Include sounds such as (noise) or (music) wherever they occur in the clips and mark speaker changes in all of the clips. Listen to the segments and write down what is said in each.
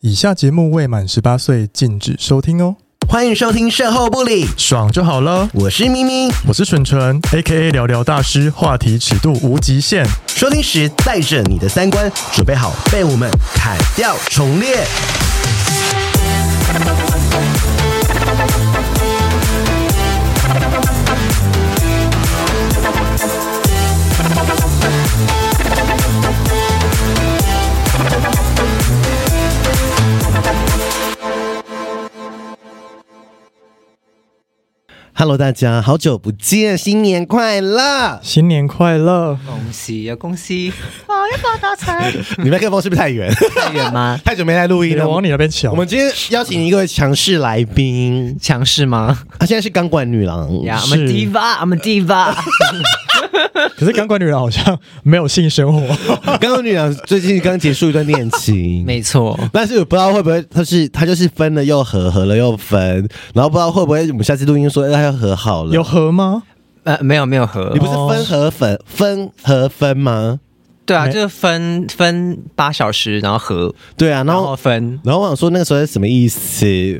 Speaker 1: 以下节目未满十八岁禁止收听哦，
Speaker 2: 欢迎收听《售后不理》，
Speaker 1: 爽就好了。
Speaker 2: 我是咪咪。
Speaker 1: 我是纯纯，A K A 聊聊大师，话题尺度无极限。
Speaker 2: 收听时带着你的三观，准备好被我们砍掉重练。Hello，大家，好久不见，新年快乐！ (laughs)
Speaker 1: 新年快乐！
Speaker 3: 恭喜呀、恭喜！ (laughs)
Speaker 2: 你麦克风是不是太远？？
Speaker 3: 太远吗
Speaker 2: 太久没来录音
Speaker 1: 你
Speaker 2: 了。
Speaker 1: 往你那边瞧。
Speaker 2: 我们今天邀请一位强势来宾，
Speaker 3: 强势吗？
Speaker 2: 她现在是钢管女郎。
Speaker 3: 呀
Speaker 1: 是
Speaker 3: ，I'm a diva，I'm
Speaker 2: (laughs)
Speaker 3: a diva。
Speaker 1: 可是钢管女人好像没有性生活，
Speaker 2: (laughs) 钢管女郎最近刚结束一段恋情，
Speaker 3: (laughs) 没错，
Speaker 2: 但是我不知道会不会，他是他就是分了又合，合了又分，然后不知道会不会我们下次录音说哎他要合好了。
Speaker 1: 有和吗？
Speaker 3: 呃，没有没有和
Speaker 2: 你，不是分合粉
Speaker 3: 哦
Speaker 2: 分合分吗？
Speaker 3: 对啊，
Speaker 1: 没
Speaker 3: 就是分分八小时，然后和，
Speaker 2: 对啊，然
Speaker 3: 然
Speaker 2: 后
Speaker 3: 后分。
Speaker 2: 然后我想说那个时候是什么意
Speaker 3: (laughs)
Speaker 2: 思？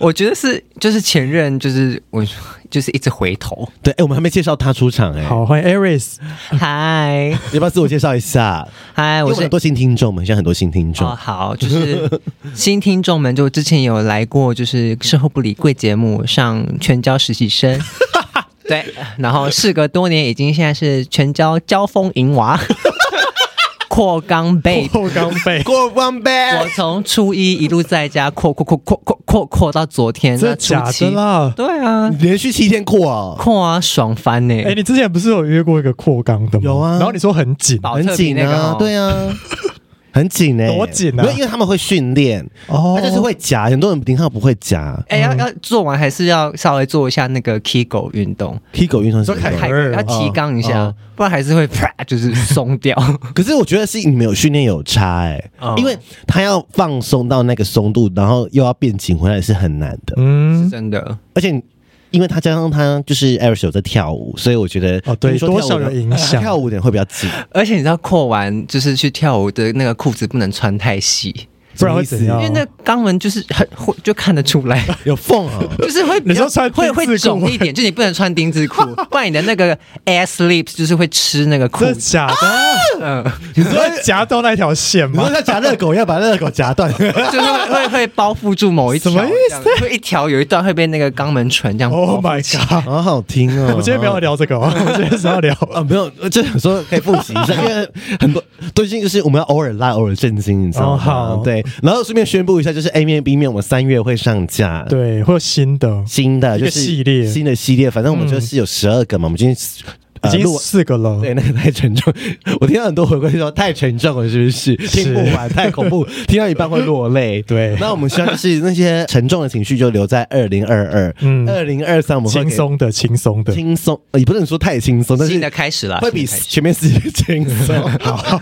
Speaker 3: 我觉得是就是前任，就是我就是一直回
Speaker 2: (laughs)
Speaker 3: 头。
Speaker 2: 对，哎、我们还没介绍他出场哎、
Speaker 1: 好，欢迎 Aris，
Speaker 3: 嗨
Speaker 2: 要不要自我介绍一下？
Speaker 3: 嗨，
Speaker 2: 因为
Speaker 3: 哎我
Speaker 2: 我们
Speaker 3: 是
Speaker 2: 很。多新听众，我们现在很多新听众。，
Speaker 3: 哦，好，就是新听众们，就之前有来过，就是事后不理贵节目上全教实习
Speaker 1: (laughs)
Speaker 3: 生，对，然后事隔多年，已经现在是全教交锋银娃， (laughs) 扩肛背
Speaker 1: 后刚背
Speaker 2: 哎 (laughs) 过光
Speaker 3: 我
Speaker 2: 呗，
Speaker 3: 从初一一路在家扩扩扩扩扩扩扩到昨天，
Speaker 1: 真
Speaker 3: 那
Speaker 1: 的
Speaker 3: 初
Speaker 1: 假的
Speaker 3: 七，
Speaker 1: 啦？
Speaker 3: 对啊，
Speaker 2: 连续七天过哦，
Speaker 3: 扩啊爽翻呢、
Speaker 1: 哎、你之前不是有约过一个扩肛的吗？
Speaker 2: 有啊
Speaker 1: 然后你说很紧，
Speaker 3: 保
Speaker 2: 很
Speaker 3: 特瓶
Speaker 2: 紧
Speaker 3: 那个
Speaker 2: 啊
Speaker 3: 哦，
Speaker 2: 对
Speaker 3: (laughs)
Speaker 2: 啊，很紧哎、
Speaker 1: 多紧啊
Speaker 2: 没有因为他们会训练，
Speaker 1: 哦
Speaker 2: 他就是会夹，很多人平常不会夹。
Speaker 3: 哎、要要做完还是要稍微做一下那个 Kegel 运动，
Speaker 2: 踢狗运动是
Speaker 1: 说
Speaker 2: 什么
Speaker 1: 凯
Speaker 3: 还
Speaker 1: 尔
Speaker 3: 要提肛一下，
Speaker 2: 哦
Speaker 3: 不然还是会 (laughs) 啪就是松掉。
Speaker 2: 可是我觉得是你们有训练有差哎、
Speaker 3: 哦
Speaker 2: 因为他要放松到那个松度，然后又要变紧回来是很难的，
Speaker 1: 嗯，
Speaker 3: 真的，
Speaker 2: 而且。因为他加上他就是 Eric 有在跳舞，所以我觉得
Speaker 1: 哦对
Speaker 2: 听说跳舞
Speaker 1: 多少有影响
Speaker 2: 跳舞的人会比较紧，
Speaker 3: 而且你知道扩完就是去跳舞的那个裤子不能穿太细，
Speaker 1: (laughs) 不然会怎样？
Speaker 3: 因为那肛门就是很会就看得出
Speaker 1: (laughs)
Speaker 3: 来。
Speaker 2: 有缝啊、
Speaker 3: 就是会比
Speaker 1: 你
Speaker 3: 较
Speaker 1: 说穿
Speaker 3: 会
Speaker 1: 丁字裤
Speaker 3: 会肿一点，就你不能穿丁字
Speaker 1: (laughs)
Speaker 3: 裤，不然你的那个 ass lips 就是会吃那个裤
Speaker 1: 真的
Speaker 3: 子。
Speaker 1: 假的？啊
Speaker 2: (laughs)
Speaker 3: 嗯，
Speaker 1: 你说夹到那条线
Speaker 2: 你说
Speaker 1: 吗？
Speaker 2: 他夹热狗要把热狗夹断，
Speaker 3: 就是会会会包覆住某一条，
Speaker 1: 什么意思
Speaker 3: 这样会一条有一段会被那个肛门唇这样包
Speaker 2: (laughs)
Speaker 1: Oh
Speaker 3: 覆
Speaker 1: my god！
Speaker 2: (laughs) 哦好好听哦。
Speaker 1: 我们今天不要聊这个哦，我们今天是要
Speaker 2: (laughs)
Speaker 1: 聊
Speaker 2: 啊，没有，就想说可以复习一下，因为很多最近就是我们要偶尔拉，偶尔震惊，你知道
Speaker 1: 哦
Speaker 2: 吗？
Speaker 1: 好
Speaker 2: 对，然后顺便宣布一下，就是 A 面 B 面，我们三月会上架。。
Speaker 1: 对，会有新的，
Speaker 2: 新的
Speaker 1: 一个
Speaker 2: 就是
Speaker 1: 系列嗯
Speaker 2: 新的系列，反正我们就是有十二个嘛，我们今天、
Speaker 1: 已
Speaker 2: 呃、
Speaker 1: 经
Speaker 2: 录
Speaker 1: 四个了。
Speaker 2: 对那个太沉重，我听到很多回馈说太沉重了，是不是？听不完太恐怖，听到一半会落
Speaker 1: (laughs)
Speaker 2: 泪。
Speaker 1: 对
Speaker 2: 那我们希望就是那些沉重的情绪就留在二零二二，
Speaker 1: 嗯
Speaker 2: 嗯，二零二三我们会
Speaker 1: 轻
Speaker 2: 给
Speaker 1: 松的，轻松的。
Speaker 2: 轻松，呃也不能说太轻松，但是
Speaker 3: 新的开始啦，
Speaker 2: 会比
Speaker 3: 啊新的开始
Speaker 2: 前面四月轻
Speaker 3: (laughs)
Speaker 2: 松。好。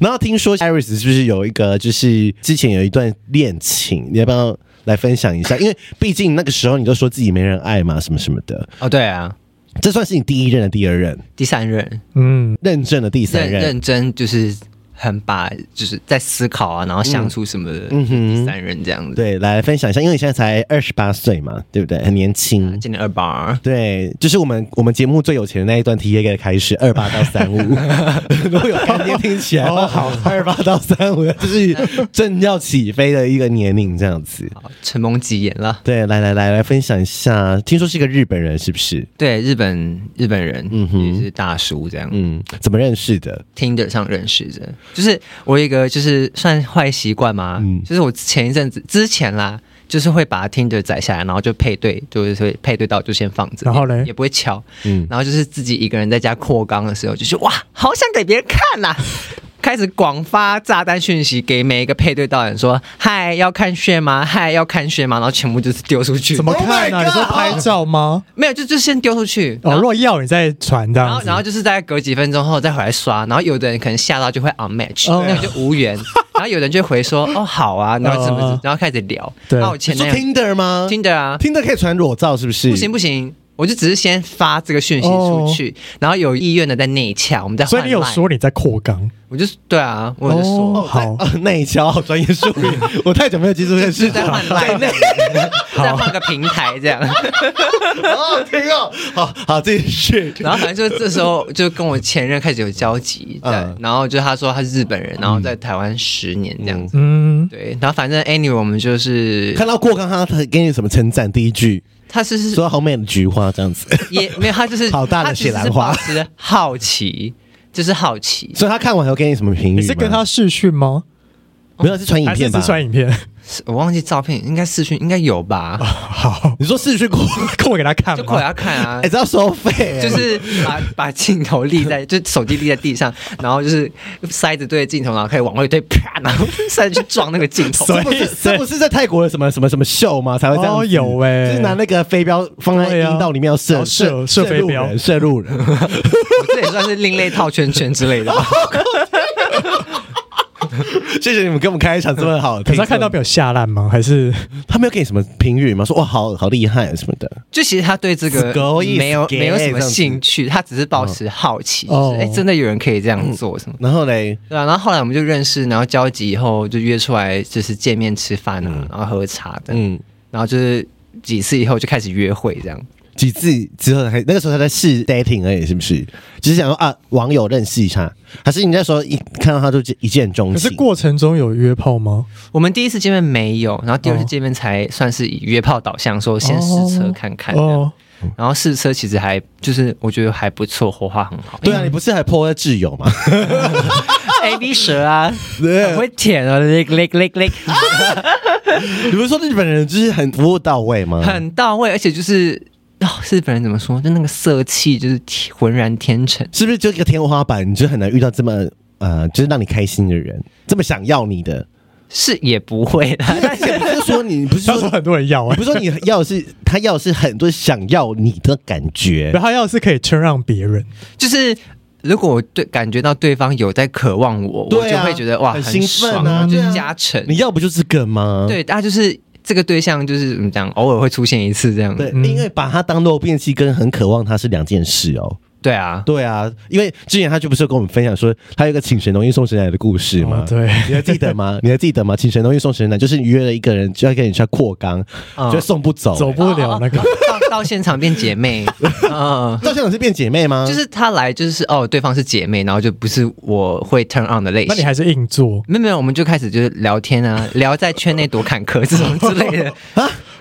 Speaker 2: 然后听说 Iris 是不是有一个，就是之前有一段恋情，你要不要来分享一下？因为毕竟那个时候你就说自己没人爱嘛，什么什么的，
Speaker 3: 哦，对啊，
Speaker 2: 这算是你第一任的第二任，
Speaker 3: 第三任
Speaker 1: 嗯，
Speaker 2: 认证的第三
Speaker 3: 认
Speaker 2: 任。
Speaker 3: 认真就是很把就是在思考啊，然后相处什么的，
Speaker 2: 嗯哼
Speaker 3: 第三任这样子，
Speaker 2: 对，来分享一下，因为你现在才二十八岁嘛，对不对？很年轻。
Speaker 3: 今年二八。
Speaker 2: 对，就是我们我们节目最有钱的那一段 T A 的开始，二八到三五，如果有概念听起来的话，好，二八到三五就是正要起飞的一个年龄这样子。
Speaker 3: 好，承蒙吉言了。
Speaker 2: 对，来来来来分享一下，听说是一个日本人，是不是？
Speaker 3: 对，日本日本人，
Speaker 2: 嗯
Speaker 3: 嗯
Speaker 2: 哼
Speaker 3: 也是大叔这样。
Speaker 2: 嗯，怎么认识的？
Speaker 3: Tinder 上认识的，就是我有一个就是算坏习惯嘛，
Speaker 2: 嗯
Speaker 3: 就是我前一阵子之前啦，就是会把 Tinder 载下来，然后就配对，就是会配对到就先放着，
Speaker 1: 然后嘞
Speaker 3: 也不会敲，
Speaker 2: 嗯
Speaker 3: 然后就是自己一个人在家扩缸的时候，就是哇，好想给别人看
Speaker 1: (laughs)
Speaker 3: 呐、开始广发炸弹讯息给每一个配对到的人说：“嗨，要看炫吗？嗨，要看炫吗？”然后全部就是丢出去，
Speaker 1: 怎么看呢、
Speaker 2: Oh my
Speaker 1: 你
Speaker 2: God！
Speaker 1: 说拍照吗？
Speaker 3: 没有就就先丢出去，
Speaker 1: 哦，若要你再传这
Speaker 3: 然
Speaker 1: 样
Speaker 3: 后
Speaker 1: 子，
Speaker 3: 然后就是大概隔几分钟后再回来刷，然后有的人可能吓到就会 unmatch，、
Speaker 1: 哦
Speaker 3: 那你就无缘，然后有人就会回说哦好啊，然后怎么、
Speaker 1: 哦
Speaker 3: 然后开始聊，
Speaker 1: 对
Speaker 3: 然后我前
Speaker 2: 你说
Speaker 3: 男友
Speaker 2: Tinder 吗
Speaker 3: Tinder 啊，
Speaker 2: ？Tinder 可以传裸照，是不是？
Speaker 3: 不行不行，我就只是先发这个讯息出去，然后有意愿的在内洽，我们再换
Speaker 1: 所以你有
Speaker 3: line
Speaker 1: 说你在扩肛？
Speaker 3: 我就对啊，我就说。
Speaker 1: 哦
Speaker 2: (laughs)
Speaker 1: 好
Speaker 2: 啊，内销好专业术语，
Speaker 3: (laughs)
Speaker 2: 我太久没有接触这个市
Speaker 3: 就再
Speaker 2: 场
Speaker 3: 换。line，再换个平台这样，
Speaker 2: 好好听哦，好好继续。
Speaker 3: 然后反正就这时候就跟我前任开始有交集，对
Speaker 2: 嗯，
Speaker 3: 然后就他说他是日本人，然后在台湾十年这样子，
Speaker 1: 嗯，
Speaker 3: 对，然后反正 anyway 我们就是
Speaker 2: 看到过刚刚他给你什么称赞？第一句
Speaker 3: 他是是
Speaker 2: 说好美的菊花这样子，
Speaker 3: 也没有，他 (laughs) 就是
Speaker 2: 好大的雪兰花，
Speaker 3: 他其实是保持好奇，就是好奇，
Speaker 2: 所以他看完有给你什么评语吗？
Speaker 1: 你是跟他视讯吗？
Speaker 2: 没有是传影
Speaker 1: 还是
Speaker 2: 片
Speaker 1: 是
Speaker 2: 吧？
Speaker 1: 传影片？ (laughs)
Speaker 3: 我忘记照片，应该视讯应该有吧，
Speaker 1: 好，
Speaker 2: 你说视讯过， (laughs)
Speaker 1: 扩给他看
Speaker 3: (laughs) 就快
Speaker 1: 吗？
Speaker 3: 要看啊 (laughs)
Speaker 2: 哎、。这要收费、
Speaker 3: 就是把把镜头立 (laughs) 在，就手机立在地上，然后就是塞子对着镜头，然后可以往外推，啪，然后塞子去撞那个镜头。
Speaker 2: 这
Speaker 1: (laughs)
Speaker 2: 不是这不是在泰国的什么什么什么秀吗？才会这样子
Speaker 1: 哦有欸
Speaker 2: 就是拿那个飞镖放在
Speaker 1: 对啊
Speaker 2: 阴道里面要射
Speaker 1: 然后射射飞镖
Speaker 2: 路人射路人。 (laughs)
Speaker 3: 我这也算是另类套圈圈之类 (laughs) 的吧。
Speaker 2: 谢谢你们给我们开一场这么好的
Speaker 1: 可
Speaker 2: 听众，
Speaker 1: 是他看到没有下烂吗？还是
Speaker 2: 他没有给你什么评语吗？说哇，好好厉害啊什么的。
Speaker 3: 就其实他对这个
Speaker 2: 死狗意思
Speaker 3: 没有
Speaker 2: 给
Speaker 3: 没有什么
Speaker 2: 这样子
Speaker 3: 兴趣，他只是保持好奇，就
Speaker 1: 哦
Speaker 3: 是哎、真的有人可以这样做什么？
Speaker 2: 然后嘞，
Speaker 3: 对啊，然后后来我们就认识，然后交集以后就约出来，就是见面吃饭啊，然后喝茶的，
Speaker 2: 嗯，
Speaker 3: 然后就是几次以后就开始约会这样。
Speaker 2: 几次之后还那个时候他在试 dating 而已，是不是？只是想说啊，网友认识一下，还是你那时候一看到他就一见钟
Speaker 1: 可
Speaker 2: 情？
Speaker 1: 是过程中有约炮吗？
Speaker 3: 我们第一次见面没有，然后第二次
Speaker 1: 哦
Speaker 3: 见面才算是以约炮导向，说先试车看看这样。
Speaker 1: 哦，
Speaker 3: 然后试车其实还就是我觉得还不错，火花很好。
Speaker 2: 对啊，你不是还 po 在挚友吗？
Speaker 3: A B 蛇啊，
Speaker 2: (laughs) 对
Speaker 3: 很会舔啊，lick lick lick
Speaker 2: (laughs)
Speaker 3: lick，
Speaker 2: 你不是说日本人就是很服务到位吗？
Speaker 3: 很到位，而且就是。哦，日本人怎么说？就那个色气，就是浑然天成。
Speaker 2: 是不是就一个天花板，你就很难遇到这么呃，就是让你开心的人，这么想要你的？
Speaker 3: 是也不会啦，
Speaker 2: 但是不是说你不是
Speaker 1: 他说
Speaker 3: (laughs)
Speaker 2: 说
Speaker 1: 很多人要
Speaker 2: 你
Speaker 1: 哎
Speaker 2: 不，是说你要的是他要的是很多想要你的感觉
Speaker 1: 然，后他要是可以谦让别人，
Speaker 3: 就是如果我对感觉到对方有在渴望我，我
Speaker 2: 对
Speaker 3: 就
Speaker 2: 啊
Speaker 3: 会觉得哇
Speaker 2: 很
Speaker 3: 很
Speaker 2: 兴
Speaker 3: 爽
Speaker 2: 奋啊
Speaker 3: 就
Speaker 2: 对
Speaker 3: 是
Speaker 2: 啊
Speaker 3: 加成。
Speaker 2: 你要不就是个吗？
Speaker 1: 嗯
Speaker 3: 对，大家就是这个对象就是怎么讲，偶尔会出现一次这样。
Speaker 2: 对，
Speaker 1: 嗯
Speaker 2: 因为把他当肉便器跟很渴望他是两件事哦。(laughs)
Speaker 3: 对啊，
Speaker 2: 对啊，因为之前他就不是有跟我们分享说他有一个请神容易送神奶的故事吗？
Speaker 1: 哦对，
Speaker 2: 你还记得吗？ (laughs) 你还记得吗？请神容易送神奶，就是你约了一个人就要跟你去扩肛，
Speaker 3: 嗯
Speaker 2: 就送不啊走、
Speaker 1: 走不了
Speaker 2: 哦
Speaker 1: 那个。
Speaker 3: 到到现场变
Speaker 2: (laughs)
Speaker 3: 姐妹，嗯。
Speaker 2: 到现场是变姐妹吗？
Speaker 3: 就是她来，就是哦，对方是姐妹，然后就不是我会 turn on 的类
Speaker 1: 那你
Speaker 3: 型。
Speaker 1: 还是硬做，
Speaker 3: 没有没有，我们就开始就是聊天
Speaker 1: (laughs)
Speaker 3: 啊，聊在圈内多坎坷这种之类的，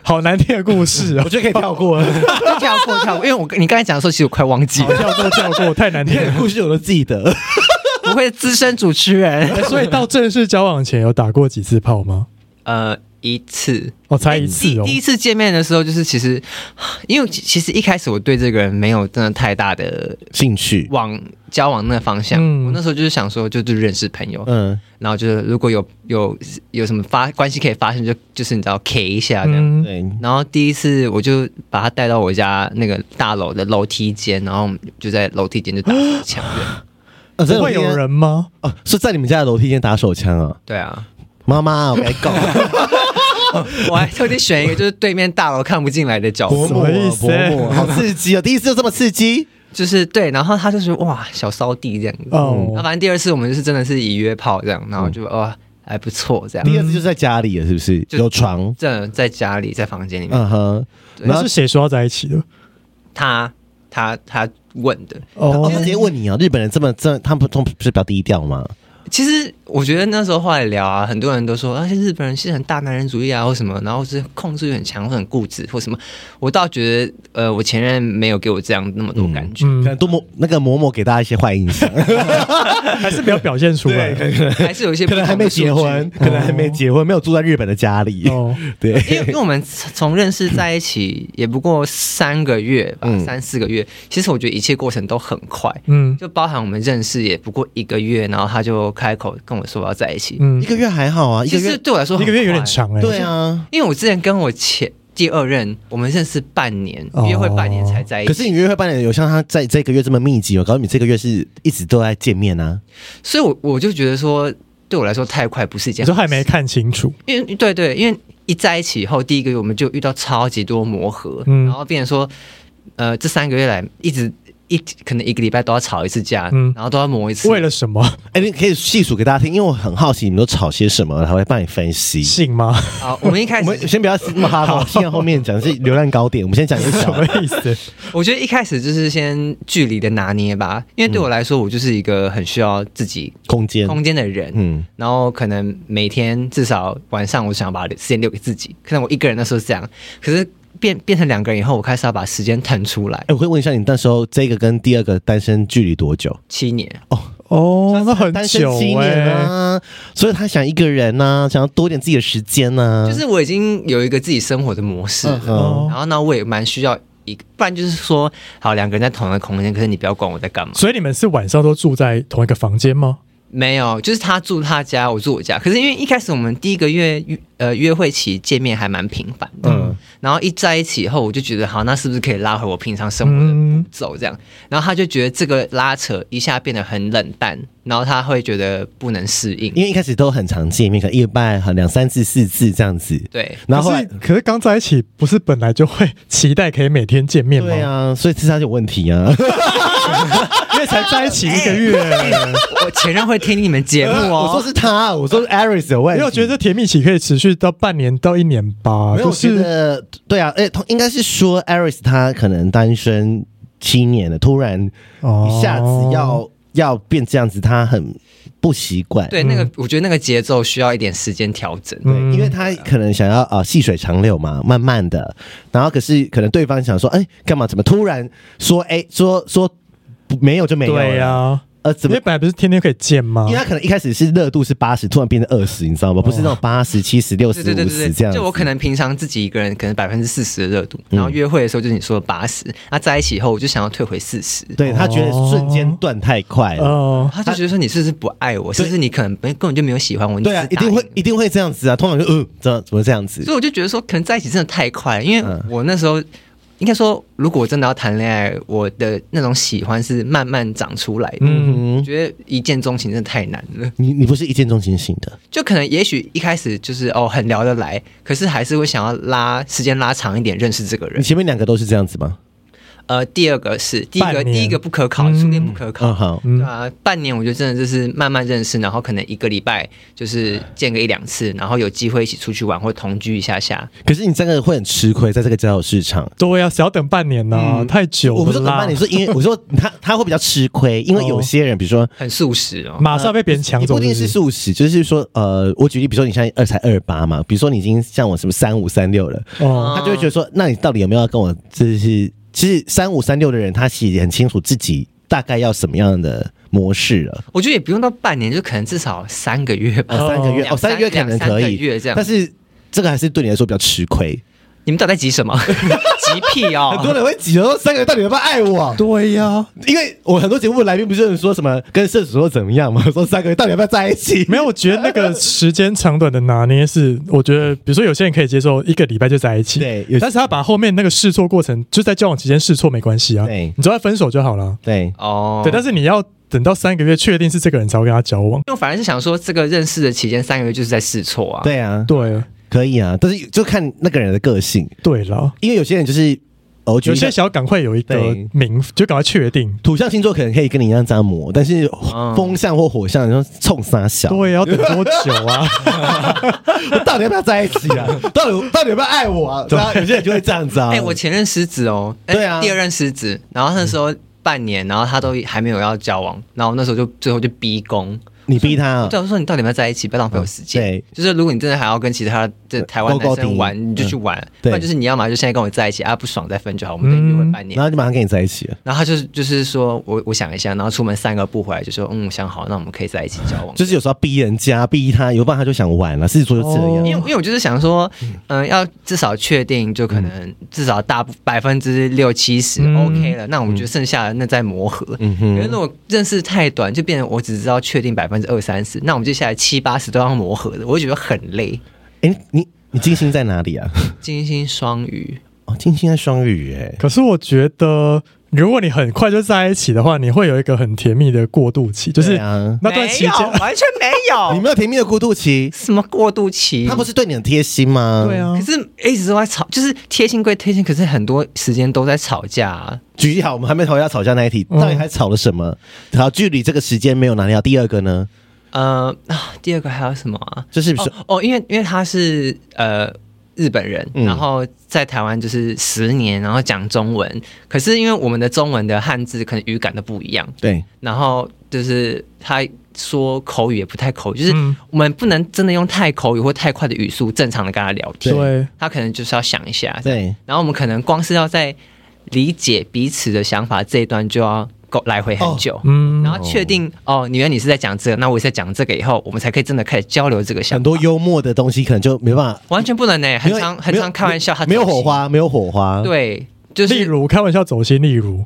Speaker 1: 好难听的故事啊！
Speaker 2: 我觉得可以跳过了，
Speaker 3: 就跳过跳过。因为我跟你刚才讲的时候，其实我快忘记
Speaker 1: 好
Speaker 3: 了，
Speaker 1: 跳过跳
Speaker 2: (laughs)
Speaker 1: 过，太难
Speaker 2: 你
Speaker 1: 听 (laughs)
Speaker 2: 的
Speaker 1: 了。
Speaker 2: 故事我都记得。
Speaker 3: 不会资深主持人。
Speaker 1: 哎所以到正式交往前有打过几次炮吗？
Speaker 3: 呃，一次，
Speaker 1: 哦，才一次
Speaker 3: 第
Speaker 1: 哦
Speaker 3: 第。一次见面的时候，就是其实，因为其其实一开始我对这个人没有真的太大的
Speaker 2: 兴趣，
Speaker 3: 往交往那个方向，
Speaker 1: 嗯
Speaker 3: 我那时候就是想说，就就认识朋友，
Speaker 2: 嗯，
Speaker 3: 然后就是如果有有有什么发关系可以发生，就就是你知道 K 一下这
Speaker 1: 嗯，
Speaker 3: 样。
Speaker 2: 对，
Speaker 3: 然后第一次我就把他带到我家那个大楼的楼梯间，然后我们就在楼梯间就打手枪
Speaker 1: (gasps)
Speaker 3: 这
Speaker 2: 不
Speaker 3: 样。
Speaker 1: 不会有人吗？
Speaker 2: 哦，是在你们家的楼梯间打手枪啊？
Speaker 3: 对啊，
Speaker 2: 妈妈，我该 (laughs) 告
Speaker 3: 我还特地选一个就是对面大楼看不进来的角
Speaker 1: 什
Speaker 3: 落，
Speaker 1: 么意思
Speaker 2: 伯母，好刺激哦！第一次就这么刺激，
Speaker 3: 就是对，然后他就是哇小骚弟这样子。那
Speaker 1: 哦，
Speaker 3: 反正第二次我们就是真的是以约炮这样，然
Speaker 2: 嗯
Speaker 3: 后就哇、还不错这样，
Speaker 2: 第二次就是在家里了，是不是？
Speaker 3: 就
Speaker 2: 有床，
Speaker 3: 真的在家里在房间里面，
Speaker 2: 嗯哼，
Speaker 3: 对
Speaker 2: 然
Speaker 1: 那
Speaker 2: 后
Speaker 1: 是谁说要在一起的？
Speaker 3: 他他他问的。
Speaker 2: 哦，
Speaker 1: 哦
Speaker 2: 他，直接问你啊，日本人这么这，他们通不是比较低调吗？
Speaker 3: 其实我觉得那时候后来聊啊，很多人都说，而且日本人是很大男人主义啊，或什么，然后是控制欲很强，或很固执，或什么。我倒觉得，呃，我前任没有给我这样那么多感觉，
Speaker 2: 可
Speaker 1: 嗯，
Speaker 2: 能多么那个嬷嬷给大家一些坏印
Speaker 3: (laughs)
Speaker 2: 象，
Speaker 1: 还是不要表现出来。
Speaker 3: 还是有一
Speaker 2: (laughs)
Speaker 3: 些
Speaker 2: 可能还没结婚，。可能还没结婚，没有住在日本的家里。
Speaker 1: 哦，
Speaker 2: (laughs) 对，
Speaker 3: 因为因为我们从认识在一起也不过三个月吧，
Speaker 2: 嗯
Speaker 3: 三四个月。其实我觉得一切过程都很快，
Speaker 1: 嗯
Speaker 3: 就包含我们认识也不过一个月，然后他就开口跟我说我要在一起。
Speaker 1: 嗯
Speaker 2: 一，个月还好啊，一
Speaker 3: 其
Speaker 2: 个
Speaker 3: 实
Speaker 2: 月，
Speaker 3: 对我来说
Speaker 1: 一
Speaker 3: 很
Speaker 1: 个月有
Speaker 3: 快
Speaker 1: 点，长哎。
Speaker 2: 对，啊。
Speaker 3: 因为我之前跟我前第二任我们认识半年，
Speaker 1: 哦
Speaker 3: 约会半年才在一起。
Speaker 2: 可是你约会办的有像他在这个月这么密集哦，搞诉你这个月是一直都在见面啊，
Speaker 3: 所以我，我就觉得说，对我来说太快不是一
Speaker 1: 你
Speaker 3: 件
Speaker 1: 说
Speaker 3: 好事，
Speaker 1: 还没看清楚，
Speaker 3: 因为对对，因为一在一起以后，第一个月我们就遇到超级多磨合，
Speaker 1: 嗯
Speaker 3: 然后变成说呃这三个月来一直一可能一个礼拜都要吵一次架，
Speaker 1: 嗯
Speaker 3: 然后都要磨一次。
Speaker 1: 为了什么？
Speaker 2: 哎、你可以细数给大家听，因为我很好奇你们都吵些什么，然后我来帮你分析。
Speaker 1: 性
Speaker 3: (laughs)
Speaker 1: 吗？
Speaker 3: 啊，我们一开
Speaker 2: 我们
Speaker 3: 始
Speaker 2: 先不要那么哈喽，现在后面讲是流量高点，我们先讲一个
Speaker 1: 什
Speaker 2: 小
Speaker 1: 么意思？
Speaker 3: (laughs) 我觉得一开始就是先距离的拿捏吧，因为对我来说，我就是一个很需要自己
Speaker 2: 空间。
Speaker 3: 空间的人。
Speaker 2: 嗯，
Speaker 3: 然后可能每天至少晚上，我想要把时间留给自己。可能我一个人的时候是这样，可是变变成两个人以后，我开始要把时间腾出来
Speaker 2: 哎、。我可以问一下，你那时候这个跟第二个单身距离多久？
Speaker 3: 七年，
Speaker 1: 哦，那很
Speaker 2: 单身
Speaker 1: 久
Speaker 2: 七
Speaker 1: 哎、
Speaker 2: 年啊，所以他想一个人呢、想要多点自己的时间啊呢、
Speaker 3: 就是我已经有一个自己生活的模式了。
Speaker 1: 哦
Speaker 2: 嗯
Speaker 3: 然后呢，我也蛮需要一个，不然就是说，好两个人在同一个空间，可是你不要管我在干嘛。
Speaker 1: 所以你们是晚上都住在同一个房间吗？
Speaker 3: 没有，就是他住他家，我住我家。可是因为一开始我们第一个月约呃约会期见面还蛮频繁的，
Speaker 2: 嗯
Speaker 3: 然后一在一起以后，我就觉得好，那是不是可以拉回我平常生活的
Speaker 1: 嗯，
Speaker 3: 走这样？然后他就觉得这个拉扯一下变得很冷淡，然后他会觉得不能适应。
Speaker 2: 因为一开始都很常见面，可能一个礼拜很两三次、四次这样子。
Speaker 3: 对，
Speaker 2: 然后
Speaker 1: 可
Speaker 2: 后来
Speaker 1: 是可是刚在一起，不是本来就会期待可以每天见面吗？
Speaker 2: 对啊，所以这才有问题啊。
Speaker 1: 因为才在一起一个
Speaker 2: 哎
Speaker 1: 月，
Speaker 3: 我前任会听你们节目
Speaker 2: (laughs) 我说
Speaker 3: 哦。
Speaker 2: 是他，我说是 Aris 有问
Speaker 1: 因
Speaker 2: 题。
Speaker 1: 为我觉得这甜蜜期可以持续到半年到一年吧，
Speaker 2: 没有，
Speaker 1: 就
Speaker 2: 我觉
Speaker 1: 是
Speaker 2: 得对啊，哎，同应该是说 Aris 他可能单身七年了，突然一下子
Speaker 1: 哦
Speaker 2: 要、要变这样子，他很不习惯。
Speaker 3: 对，那个我觉得那个节奏需要一点时间调整。
Speaker 2: 对，
Speaker 1: 嗯
Speaker 2: 因为他可能想要啊细水长流嘛，慢慢的，然后可是可能对方想说，哎、干嘛？怎么突然说，哎、说说不没有就没有了？
Speaker 1: 对呀、
Speaker 2: 呃，
Speaker 1: 因
Speaker 2: 怎么
Speaker 1: 为？本来不是天天可以见吗
Speaker 2: 因为？他可能一开始是热度是八十，突然变成二十，你知道吗？不是那种八十、七十、六十、
Speaker 3: 对对对
Speaker 2: 五十
Speaker 3: 对
Speaker 2: 这
Speaker 3: 对，
Speaker 2: 样子。嗯
Speaker 3: 就我可能平常自己一个人可能百分之四十的热度，然后约会的时候就是你说的八十，那在一起以后我就想要退回四十，
Speaker 2: 对他觉得瞬间断太快了。
Speaker 1: 哦、
Speaker 3: 他就觉得说你是不是不爱我，是不是你可能没根本就没有喜欢我，你
Speaker 2: 对啊，
Speaker 3: 只
Speaker 2: 一
Speaker 3: 是答应
Speaker 2: 定会一定会这样子啊，通常就嗯，怎么怎么这样子？
Speaker 3: 所以我就觉得说可能在一起真的太快了，因为
Speaker 2: 嗯
Speaker 3: 我那时候。应该说，如果我真的要谈恋爱，我的那种喜欢是慢慢长出来的。我
Speaker 2: 嗯，
Speaker 3: 觉得一见钟情真的太难了，
Speaker 2: 你你不是一见钟情型的，
Speaker 3: 就可能也许一开始就是哦很聊得来，可是还是会想要拉时间拉长一点认识这个人
Speaker 2: 你。前面两个都是这样子吗？
Speaker 3: 呃，第二个是第一个
Speaker 1: 半年
Speaker 3: 第一个不可考，初恋不可考。
Speaker 2: 嗯，好，
Speaker 1: 嗯
Speaker 3: 对啊，半年我觉得真的就是慢慢认识，然后可能一个礼拜就是见个一两次，然后有机会一起出去玩或同居一下下。
Speaker 2: 可是你这个会很吃亏，在这个交友市场。
Speaker 1: 对呀、谁要等半年呢、啊太久了啦。
Speaker 2: 嗯我不是说你是因为我说他他会比较吃亏，因为有些人，比
Speaker 3: (laughs)
Speaker 2: 如说。
Speaker 3: 很速食哦，
Speaker 2: 嗯
Speaker 1: 马上被别人抢
Speaker 2: 你
Speaker 1: 走
Speaker 2: 啊不一定
Speaker 1: 是
Speaker 2: 是
Speaker 1: 不是
Speaker 2: 素食，就是说，呃，我举例，比如说你现在二才二八嘛，比如说你已经像我什么三五三六了，
Speaker 1: 哦，
Speaker 3: 啊
Speaker 2: 他就会觉得说，那你到底有没有要跟我？就是其实三五三六的人，他其实也很清楚自己大概要什么样的模式了。
Speaker 3: 我觉得也不用到半年，就可能至少三个月吧。
Speaker 2: 哦，三个月
Speaker 3: 两
Speaker 2: 哦，三个月可能可
Speaker 3: 两三个
Speaker 2: 以，
Speaker 3: 月这样
Speaker 2: 但是这个还是对你来说比较吃亏。
Speaker 3: 你们到底在急什么？
Speaker 2: (laughs)
Speaker 3: 急屁哦！
Speaker 2: 很多人会挤着说，三个月到底要不要爱我？啊
Speaker 1: 对呀、
Speaker 2: 因为我很多节目来宾不是有人说什么跟射手座怎么样嘛， (laughs) 说三个月到底要不要在一起？
Speaker 1: 没有，我觉得那个时间长短的拿捏是，我觉得，比如说有些人可以接受一个礼拜就在一起，
Speaker 2: 对有些
Speaker 1: 但是他把后面那个试错过程，就在交往期间试错没关系啊，
Speaker 2: 对
Speaker 1: 你只要分手就好了，
Speaker 2: 对，
Speaker 3: 哦，
Speaker 1: 对，但是你要等到三个月确定是这个人才会跟他交往，
Speaker 3: 因为我反而是想说，这个认识的期间三个月就是在试错啊。，
Speaker 2: 对啊，
Speaker 1: 对，
Speaker 2: 可以啊，但是就看那个人的个性，
Speaker 1: 对了，
Speaker 2: 因为有些人就是，哦、我觉
Speaker 1: 有
Speaker 2: 得
Speaker 1: 些想要赶快有一个
Speaker 2: 对
Speaker 1: 名，就赶快确定，
Speaker 2: 土象星座可能可以跟你一样这样磨，但是
Speaker 3: 嗯
Speaker 2: 风象或火象，你说冲啥小？
Speaker 1: 对，要等多久啊？
Speaker 2: (laughs) 到底要不要在一起 (laughs) 啊？到底到底要不要爱我啊？然后有些人就会这样子啊。
Speaker 3: (laughs) 哎、我前任狮子哦，哎
Speaker 2: 对啊
Speaker 3: 第二任狮子，然后那时候半年，然后他都还没有要交往，然后那时候就最后就逼宫。
Speaker 2: 你逼他、啊
Speaker 3: 对，，我说你到底有没有在一起？不要浪费我时
Speaker 2: 嗯
Speaker 3: 间。
Speaker 2: 对
Speaker 3: 就是如果你真的还要跟其他的台湾男生玩，
Speaker 2: 勾勾顶
Speaker 3: 你就去玩。不
Speaker 2: 对
Speaker 3: 然就是你要嘛就现在跟我在一起啊，不爽再分就好，我们再约会半年。
Speaker 2: 然后就马上跟你在一起了。
Speaker 3: 然后他就是就是说我我想一下，然后出门散个步回来就说嗯我想好，那我们可以在一起交往。
Speaker 2: 就是有时候逼人家，逼他，有办法他就想玩了，啊事实说就这样。
Speaker 3: 因为因为我就是想说，嗯、要至少确定，就可能
Speaker 2: 嗯
Speaker 3: 至少大百分之六七十
Speaker 1: 嗯
Speaker 3: OK 了，那我觉得剩下的那再磨合。
Speaker 2: 嗯
Speaker 3: 可是
Speaker 2: 哼，
Speaker 3: 如果认识太短，就变成我只知道确定百分之二三十，那我们接下来七八十都要磨合的，我就觉得很累。
Speaker 2: 哎、你你你金星在哪里啊？ (laughs)
Speaker 3: 金星双鱼，
Speaker 2: 哦，金星在双鱼、哎，
Speaker 1: 可是我觉得如果你很快就在一起的话，你会有一个很甜蜜的过渡期，就是
Speaker 2: 对啊
Speaker 1: 那段期
Speaker 2: (laughs)
Speaker 3: 没有
Speaker 1: 间，
Speaker 3: 完全没
Speaker 2: 你
Speaker 3: 有
Speaker 2: 没有甜蜜的过渡期，
Speaker 3: 什么过渡期，
Speaker 2: 他不是对你很贴心吗？
Speaker 1: 对。啊
Speaker 3: 嗯可，是一直都在吵，就是贴心归贴心，可是很多时间都在吵架、啊。
Speaker 2: 举例好，我们还没回到吵架那一题，
Speaker 1: 嗯
Speaker 2: 到底还吵了什么？好，距离这个时间没有拿掉。第二个呢，
Speaker 3: 呃啊，第二个还有什么啊？
Speaker 2: 就是说
Speaker 3: 哦哦，因为因为他是呃日本人，
Speaker 2: 嗯
Speaker 3: 然后在台湾就是十年，然后讲中文，可是因为我们的中文的汉字可能语感都不一样，
Speaker 2: 对，
Speaker 3: 然后就是他说口语也不太口语，就是
Speaker 1: 嗯
Speaker 3: 我们不能真的用太口语或太快的语速正常的跟他聊天，
Speaker 1: 对，
Speaker 3: 他可能就是要想一下，
Speaker 2: 对，
Speaker 3: 然后我们可能光是要在理解彼此的想法这一段就要够来回
Speaker 2: 哦
Speaker 3: 很久。
Speaker 1: 嗯
Speaker 3: 然，后确定哦，你原来你是在讲这个，那我也是在讲这个，以后我们才可以真的开始交流这个想法。
Speaker 2: 很多幽默的东西可能就没办法，
Speaker 3: 完全不能呢、欸
Speaker 2: 没
Speaker 3: 很
Speaker 2: 有
Speaker 3: 常很
Speaker 2: 没有
Speaker 3: 常开玩笑，他
Speaker 2: 没有
Speaker 3: 走
Speaker 2: 火
Speaker 3: 心。
Speaker 2: 花，没有火花，，
Speaker 3: 对，就
Speaker 1: 例
Speaker 3: 是
Speaker 1: 如开玩笑走心，例如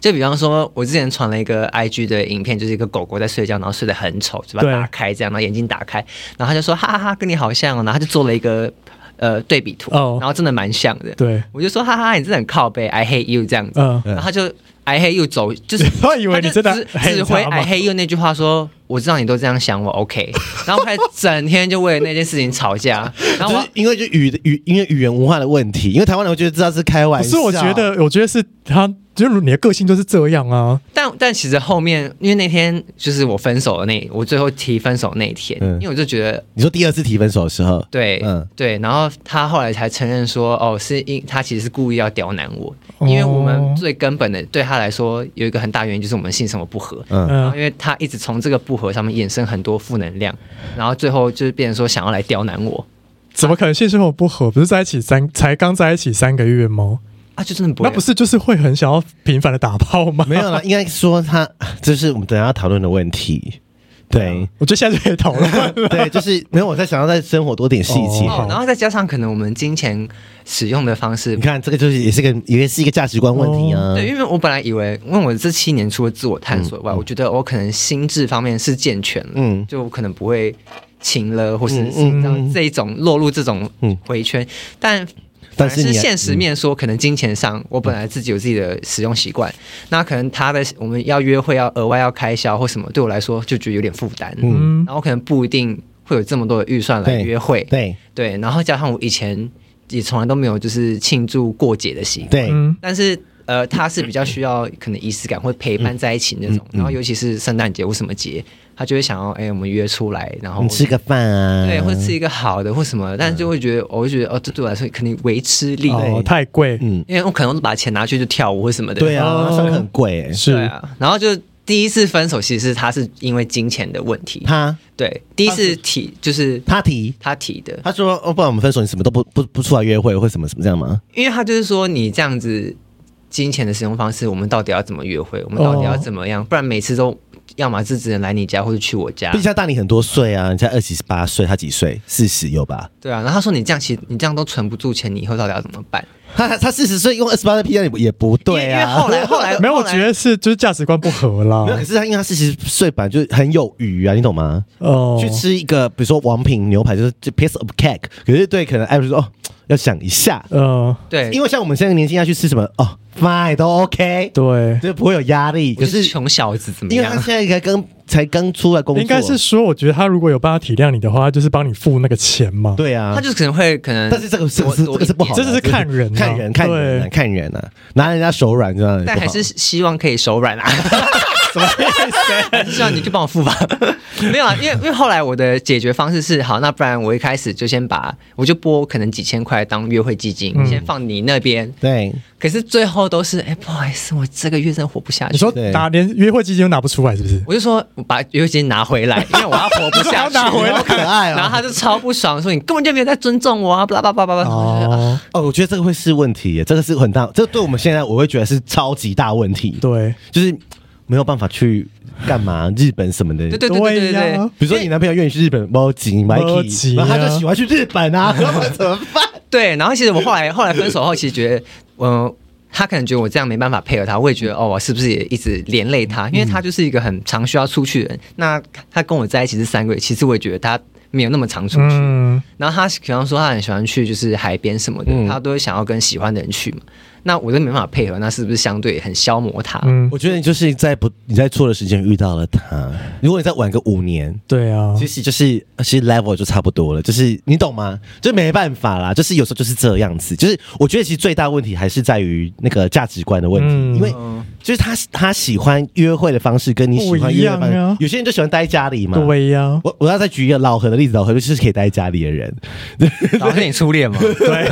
Speaker 3: 就比方说，我之前传了一个 IG 的影片，就是一个狗狗在睡觉，然后睡得很丑，嘴巴
Speaker 1: 对
Speaker 3: 打开这样，然后眼睛打开，然后他就说哈哈哈，跟你好像、哦，然后他就做了一个呃对比图，
Speaker 1: 哦
Speaker 3: 然后真的蛮像的。
Speaker 1: 对，
Speaker 3: 我就说哈哈哈，你真的很靠背，I hate you 这样子，
Speaker 1: 嗯，
Speaker 2: 对
Speaker 3: 然后他就 I hate you 走，
Speaker 1: (laughs)
Speaker 3: 就是
Speaker 1: 他以为你真的
Speaker 3: 他就只
Speaker 1: hate
Speaker 3: 只回
Speaker 1: 他吗
Speaker 3: I hate you 那句话说，我知道你都这样想我，OK，
Speaker 1: (laughs)
Speaker 3: 然后我还整天就为了那件事情吵架，然后
Speaker 2: 就
Speaker 3: 我
Speaker 2: 是因为就语语因为语言文化的问题，因为台湾人会觉得知道是开玩
Speaker 1: 不
Speaker 2: 笑，
Speaker 1: 是，我觉得，我觉得是他，就是你的个性就是这样啊，
Speaker 3: 但但其实后面，因为那天就是我分手的那，我最后提分手那一天，
Speaker 2: 嗯
Speaker 3: 因为我就觉得
Speaker 2: 你说第二次提分手的时候，
Speaker 3: 对、
Speaker 2: 嗯
Speaker 3: 对，然后他后来才承认说，哦，是因他其实是故意要刁难我，
Speaker 1: 哦
Speaker 3: 因为我们最根本的对他来说有一个很大原因就是我们性生活不合。
Speaker 2: 嗯，
Speaker 3: 然后，
Speaker 1: 嗯
Speaker 3: 因为他一直从这个不合上面衍生很多负能量，然后最后就是变成说想要来刁难我
Speaker 1: 怎么可能性生活不合？不是在一起三才刚在一起三个月吗？
Speaker 3: 啊，就真的不会
Speaker 1: 那不是就是会很想要频繁的打炮吗？
Speaker 2: 没有
Speaker 1: (laughs)
Speaker 2: 啦，应该说他这是我们等一下要讨论的问题，嗯对
Speaker 1: 啊我觉得现在就可以讨论 (laughs) 了。
Speaker 2: 对，就是没有我在想要在生活多点细节。
Speaker 1: 哦
Speaker 3: 哦，然后再加上可能我们金钱使用的方式
Speaker 2: 你看，这个就是也是个也是一个价值观问题啊。
Speaker 3: 哦对，因为我本来以为，因为我这七年除了自我探索以外，我觉得我可能心智方面是健全的，
Speaker 2: 嗯
Speaker 3: 就我可能不会情了，或是
Speaker 2: 嗯嗯嗯
Speaker 3: 让这一种落入这种
Speaker 2: 嗯
Speaker 3: 回圈。但
Speaker 2: 但
Speaker 3: 但
Speaker 2: 是
Speaker 3: 是
Speaker 2: 你啊嗯
Speaker 3: 现实面说，可能金钱上，我本来自己有自己的使用习惯，那可能他的我们要约会要额外要开销或什么，对我来说就觉得有点负担。
Speaker 2: 嗯
Speaker 1: 嗯
Speaker 3: 然后可能不一定会有这么多的预算来
Speaker 2: 对
Speaker 3: 约会，
Speaker 2: 对
Speaker 3: 对，然后加上我以前也从来都没有就是庆祝过节的习惯。
Speaker 2: 对，
Speaker 1: 嗯，
Speaker 3: 但是呃，他是比较需要可能仪式感或陪伴在一起那种，
Speaker 2: 嗯
Speaker 3: 然后尤其是圣诞节或什么节，他就会想要哎、我们约出来，然后
Speaker 2: 你吃个饭啊，
Speaker 3: 对，或者吃一个好的或什么，但是就会觉得，我就觉得哦，这对我来说肯定为吃力，
Speaker 1: 哦，太贵，
Speaker 2: 嗯，
Speaker 3: 因为我可能把钱拿去就跳舞或什么的，
Speaker 2: 对啊，
Speaker 1: 哦
Speaker 2: 上课很贵欸，
Speaker 3: 对
Speaker 1: 是
Speaker 3: 啊，然后就。第一次分手其实是他是因为金钱的问题，
Speaker 2: 他
Speaker 3: 对，第一次提就是
Speaker 2: 他提。
Speaker 3: 他提的，
Speaker 2: 他说：“哦，不然我们分手，你什么都不不不出来约会，或什么什么这样吗？
Speaker 3: 因为他就是说你这样子金钱的使用方式，我们到底要怎么约会？我们到底要
Speaker 2: 哦
Speaker 3: 怎么样？不然每次都要么是只能来你家或者去我家
Speaker 2: 毕竟，他大你很多岁啊，你才二十八岁，他几岁？四十有吧？
Speaker 3: 对啊。然后他说你这样其实你这样都存不住钱，你以后到底要怎么办？
Speaker 2: 他他四十岁用二十八岁批量也不也不对
Speaker 3: 因为因为
Speaker 2: 啊。
Speaker 3: 后来后来
Speaker 1: 没有，我
Speaker 3: 后来
Speaker 1: 觉得是就是价值观不合
Speaker 2: (laughs) 没有，
Speaker 1: 啦
Speaker 2: 可。是他因为他四十岁本来就很有余啊，你懂吗？
Speaker 1: 哦
Speaker 2: 去，吃一个比如说王品牛排，就是就 piece of cake，可是对可能艾瑞说哦，要想一下，
Speaker 1: 呃，
Speaker 3: 对，
Speaker 2: 因
Speaker 3: 为
Speaker 2: 为像我们现在年轻要去吃什么哦，fine 都 OK，
Speaker 1: 对，
Speaker 2: 就不会有压力。可
Speaker 3: 可
Speaker 2: 是
Speaker 3: 是穷小子怎么
Speaker 2: 因为他
Speaker 3: 样
Speaker 2: 现？在才刚才刚出来工作，
Speaker 1: 应该是说，我觉得他如果有办法体谅你的话，他就是帮你付那个钱嘛。
Speaker 2: 对啊，
Speaker 3: 他就可能会可能，
Speaker 2: 但是这个是是这个是不好的，
Speaker 1: 这是看人啊
Speaker 2: 看人看人啊
Speaker 1: 对
Speaker 2: 看人啊，拿人家手软这样也不好，
Speaker 3: 但还是希望可以手
Speaker 2: (laughs)
Speaker 3: 软啊。什么意思？希望你去帮我付吧。没有啊，因为因为后来我的解决方式是，好，那不然我一开始就先把我就拨可能几千块当约会基金，
Speaker 1: 嗯
Speaker 3: 先放你那边。
Speaker 2: 对
Speaker 3: 可是最后都是，哎、不好意思，我这个月真的活不下去。
Speaker 1: 你说
Speaker 2: 对
Speaker 1: 打连约会基金都拿不出来，是不是？
Speaker 3: 我就说我把约会基金拿回来，因为我要活不
Speaker 2: (laughs)
Speaker 3: 下去。
Speaker 1: 拿回来
Speaker 2: 好可爱
Speaker 3: 然
Speaker 2: 啊。
Speaker 3: 后他就超不爽，说你根本就没有在尊重我啊，巴拉巴拉巴拉。哦，
Speaker 1: 哦，
Speaker 2: 哦，我觉得这个会是问题耶，这个是很大，这个对我们现在我会觉得是超级大问题，
Speaker 1: 对，
Speaker 2: 就是没有办法去干嘛日本什么的。
Speaker 3: 对对对对
Speaker 1: 对
Speaker 3: 对
Speaker 1: 呀
Speaker 3: 对
Speaker 2: 比如说你男朋友愿意去日本猫吉
Speaker 1: 猫
Speaker 2: Mikey，
Speaker 1: 吉
Speaker 2: 然后他
Speaker 1: 啊
Speaker 2: 就喜欢去日本
Speaker 3: (laughs)
Speaker 2: 啊，那我怎么办？
Speaker 3: 对。然后其实我后来后来分手后，其实觉得，嗯、他可能觉得我这样没办法配合他，我也觉得哦，我是不是也一直连累他？因为他就是一个很常需要出去的人。那他跟我在一起是三个月，其实我也觉得他没有那么常出去。
Speaker 1: 嗯，
Speaker 3: 然后他比方说他很喜欢去就是海边什么的，
Speaker 2: 嗯
Speaker 3: 他都会想要跟喜欢的人去嘛。那我就没办法配合，那是不是相对很消磨他？
Speaker 1: 嗯，
Speaker 2: 我觉得你就是在不你在错的时间遇到了他。如果你再晚个五年，
Speaker 1: 对啊，
Speaker 2: 其实就是其实 level 就差不多了，就是你懂吗？就没办法啦，就是有时候就是这样子。就是我觉得其实最大问题还是在于那个价值观的问题，
Speaker 1: 嗯
Speaker 2: 因为就是他他喜欢约会的方式跟你喜欢约会的方
Speaker 1: 不一
Speaker 2: 式，
Speaker 1: 样啊
Speaker 2: 有些人就喜欢待在家里嘛。
Speaker 1: 对啊呀，
Speaker 2: 我我要再举一个老何的例子，老何就是可以待在家里
Speaker 1: (laughs)
Speaker 2: 的人，
Speaker 3: 老是你初恋嘛？
Speaker 1: 对，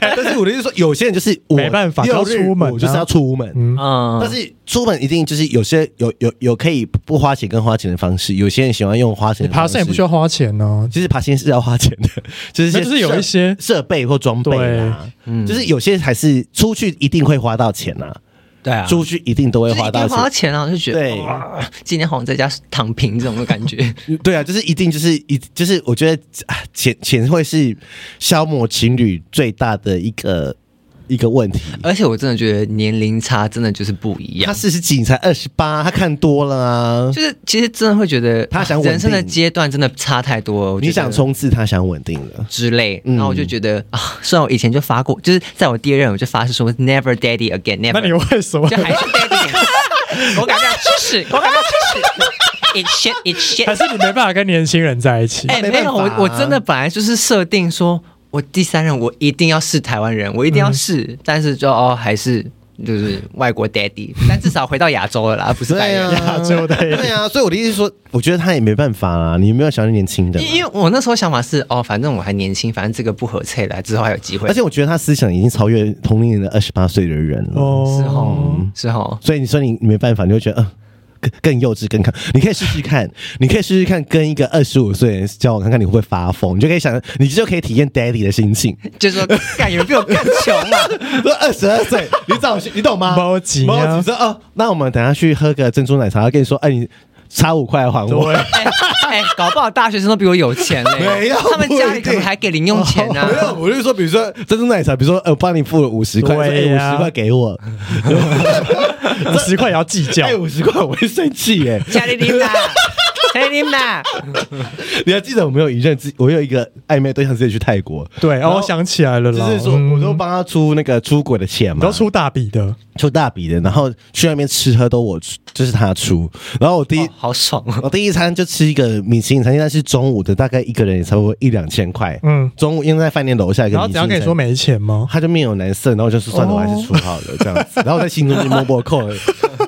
Speaker 2: 但是我的意思是说，有些人就是我
Speaker 1: 没办法
Speaker 2: 六
Speaker 1: 就要
Speaker 2: 日
Speaker 1: 出门啊
Speaker 2: 我就是要出门，
Speaker 1: 嗯，
Speaker 3: 嗯，
Speaker 2: 但是出门一定就是有些有有有可以不花钱跟花钱的方式，有些人喜欢用花钱
Speaker 1: 你
Speaker 2: 的方
Speaker 1: 爬
Speaker 2: 式。
Speaker 1: 山也不需要花钱呢，
Speaker 2: 其实爬山是要花钱的，就是
Speaker 1: (laughs) 那就是有一些
Speaker 2: 设设备或装备啦，
Speaker 3: 嗯
Speaker 2: 就是有些还是出去一定会花到钱啊，
Speaker 3: 对啊
Speaker 2: 出去一定都会
Speaker 3: 就是
Speaker 2: 花
Speaker 3: 一定
Speaker 2: 到
Speaker 3: 要花到
Speaker 2: 钱。
Speaker 3: 钱啊，就觉得
Speaker 2: 对
Speaker 3: 哇今天好像在家躺平这种的感觉。
Speaker 2: 对啊，就是一定就是一就是我觉得啊钱钱会是消磨情侣最大的一个一个问题。
Speaker 3: 而且我真的觉得年龄差真的就是不一
Speaker 2: 他
Speaker 3: 样，
Speaker 2: 四十几，你才二十八，他看多了 (laughs) 啊。
Speaker 3: 就是其实真的会觉得啊
Speaker 2: 他想稳定
Speaker 3: 人生的阶段真的差太多了。我觉得
Speaker 2: 你想冲刺，他想稳定了。
Speaker 3: 之类，
Speaker 2: 嗯
Speaker 3: 然后我就觉得啊，虽然我以前就发过，就是在我第二任我就发誓说 never daddy again
Speaker 1: 那你
Speaker 3: never，
Speaker 1: 为什么
Speaker 3: 就？还是
Speaker 2: (laughs)
Speaker 3: daddy，我敢不敢吃屎？我敢不敢吃屎？It shit it
Speaker 1: 还
Speaker 3: shit，
Speaker 1: 是你没办法跟年轻人在一起？
Speaker 3: 哎、
Speaker 2: 没
Speaker 3: 没
Speaker 2: 办法
Speaker 3: 有，我我真的本来就是设定说，我第三任我一定要是台湾人，我一定要是，
Speaker 2: 嗯
Speaker 3: 但是就哦还是就是外国 daddy，但至少回到亚洲了啦，不是白
Speaker 2: 对
Speaker 3: 人。
Speaker 2: 啊，
Speaker 3: (laughs)
Speaker 1: 亚洲的
Speaker 2: 对啊，所以我的意思是说，我觉得他也没办法啦，你有没有想到年轻的嘛？
Speaker 3: 因因为我那时候想法是，哦，反正我还年轻，反正这个不合菜来之后还有机会。
Speaker 2: 而且我觉得他思想已经超越同龄人的二十八岁的人了，
Speaker 1: 哦，
Speaker 3: 是哦，
Speaker 2: 嗯
Speaker 3: 是哦，
Speaker 2: 所以你说你你没办法，你会觉得嗯、呃更更幼稚，更看，你可以试试
Speaker 3: (laughs)
Speaker 2: 看，你可以试试看跟一个二十五岁的人交往，看看你会不会发疯，你就可以想，你就可以体验 daddy 的心
Speaker 3: (laughs)
Speaker 2: 情。
Speaker 3: 就是说，干有人比我更穷啊！
Speaker 2: 说二十二岁，你找你懂吗？
Speaker 1: 没钱啊
Speaker 2: 没钱说哦，那我们等下去喝个珍珠奶茶，他跟你说，哎，你差五块还我。
Speaker 1: 对，
Speaker 3: 哎、哎搞不好大学生都比我有钱嘞、
Speaker 2: 没有
Speaker 3: 他们家里可能还给零用钱
Speaker 1: 啊
Speaker 3: 啊呢、
Speaker 2: (laughs) 没有，我就说，比如说珍珠奶茶，比如说呃，我帮你付了五十块，哎五
Speaker 1: 对
Speaker 2: 十
Speaker 1: 呀
Speaker 2: 块给我，
Speaker 1: 五十块也要计较
Speaker 2: 哎，。五十块我会生气耶。 (laughs)
Speaker 3: 家里领的，家里领的。
Speaker 2: 你还记得我们有一任之，我有一个暧昧对象直接去泰国，
Speaker 1: 对，
Speaker 2: 然
Speaker 1: 哦，
Speaker 2: 后
Speaker 1: 我想起来了
Speaker 2: 就
Speaker 1: 啦，
Speaker 2: 是说
Speaker 1: 嗯
Speaker 2: 我都帮他出那个出国的钱
Speaker 1: 你
Speaker 2: 嘛，
Speaker 1: 都出大笔的，
Speaker 2: 出大笔的，然后去那边吃喝都我出，就是他出，然后我第一。
Speaker 3: 哦好爽哦！
Speaker 2: 我第一餐就吃一个米其林餐厅，但是中午的大概一个人也差不多一两千块。
Speaker 1: 嗯，
Speaker 2: 中午因为在饭店楼下一个
Speaker 1: 然后
Speaker 2: 米
Speaker 1: 只
Speaker 2: 其林餐厅，
Speaker 1: 要跟你说没钱
Speaker 2: (laughs)
Speaker 1: 吗？
Speaker 2: 哦他就面有难色，然后我就说算了，我还是出好了这样子。然后我在心中就默默扣
Speaker 3: (laughs)
Speaker 2: 了，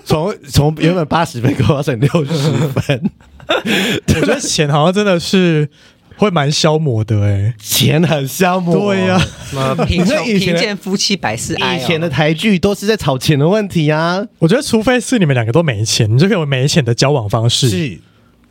Speaker 2: 从从原本八十分扣到剩六十分，
Speaker 1: 我觉得钱好像真的是会蛮消磨的，哎，
Speaker 2: 钱很消磨。
Speaker 1: 对呀，
Speaker 3: 什么啊贫
Speaker 2: 你
Speaker 3: 穷
Speaker 2: 看以前
Speaker 3: 贫
Speaker 2: 的
Speaker 3: 贱夫妻百事哀、哦。
Speaker 2: 以前的台剧都是在吵钱的问题啊，
Speaker 1: 我觉得除非是你们两个都没钱，你就可以有没钱的交往方式，
Speaker 2: 是，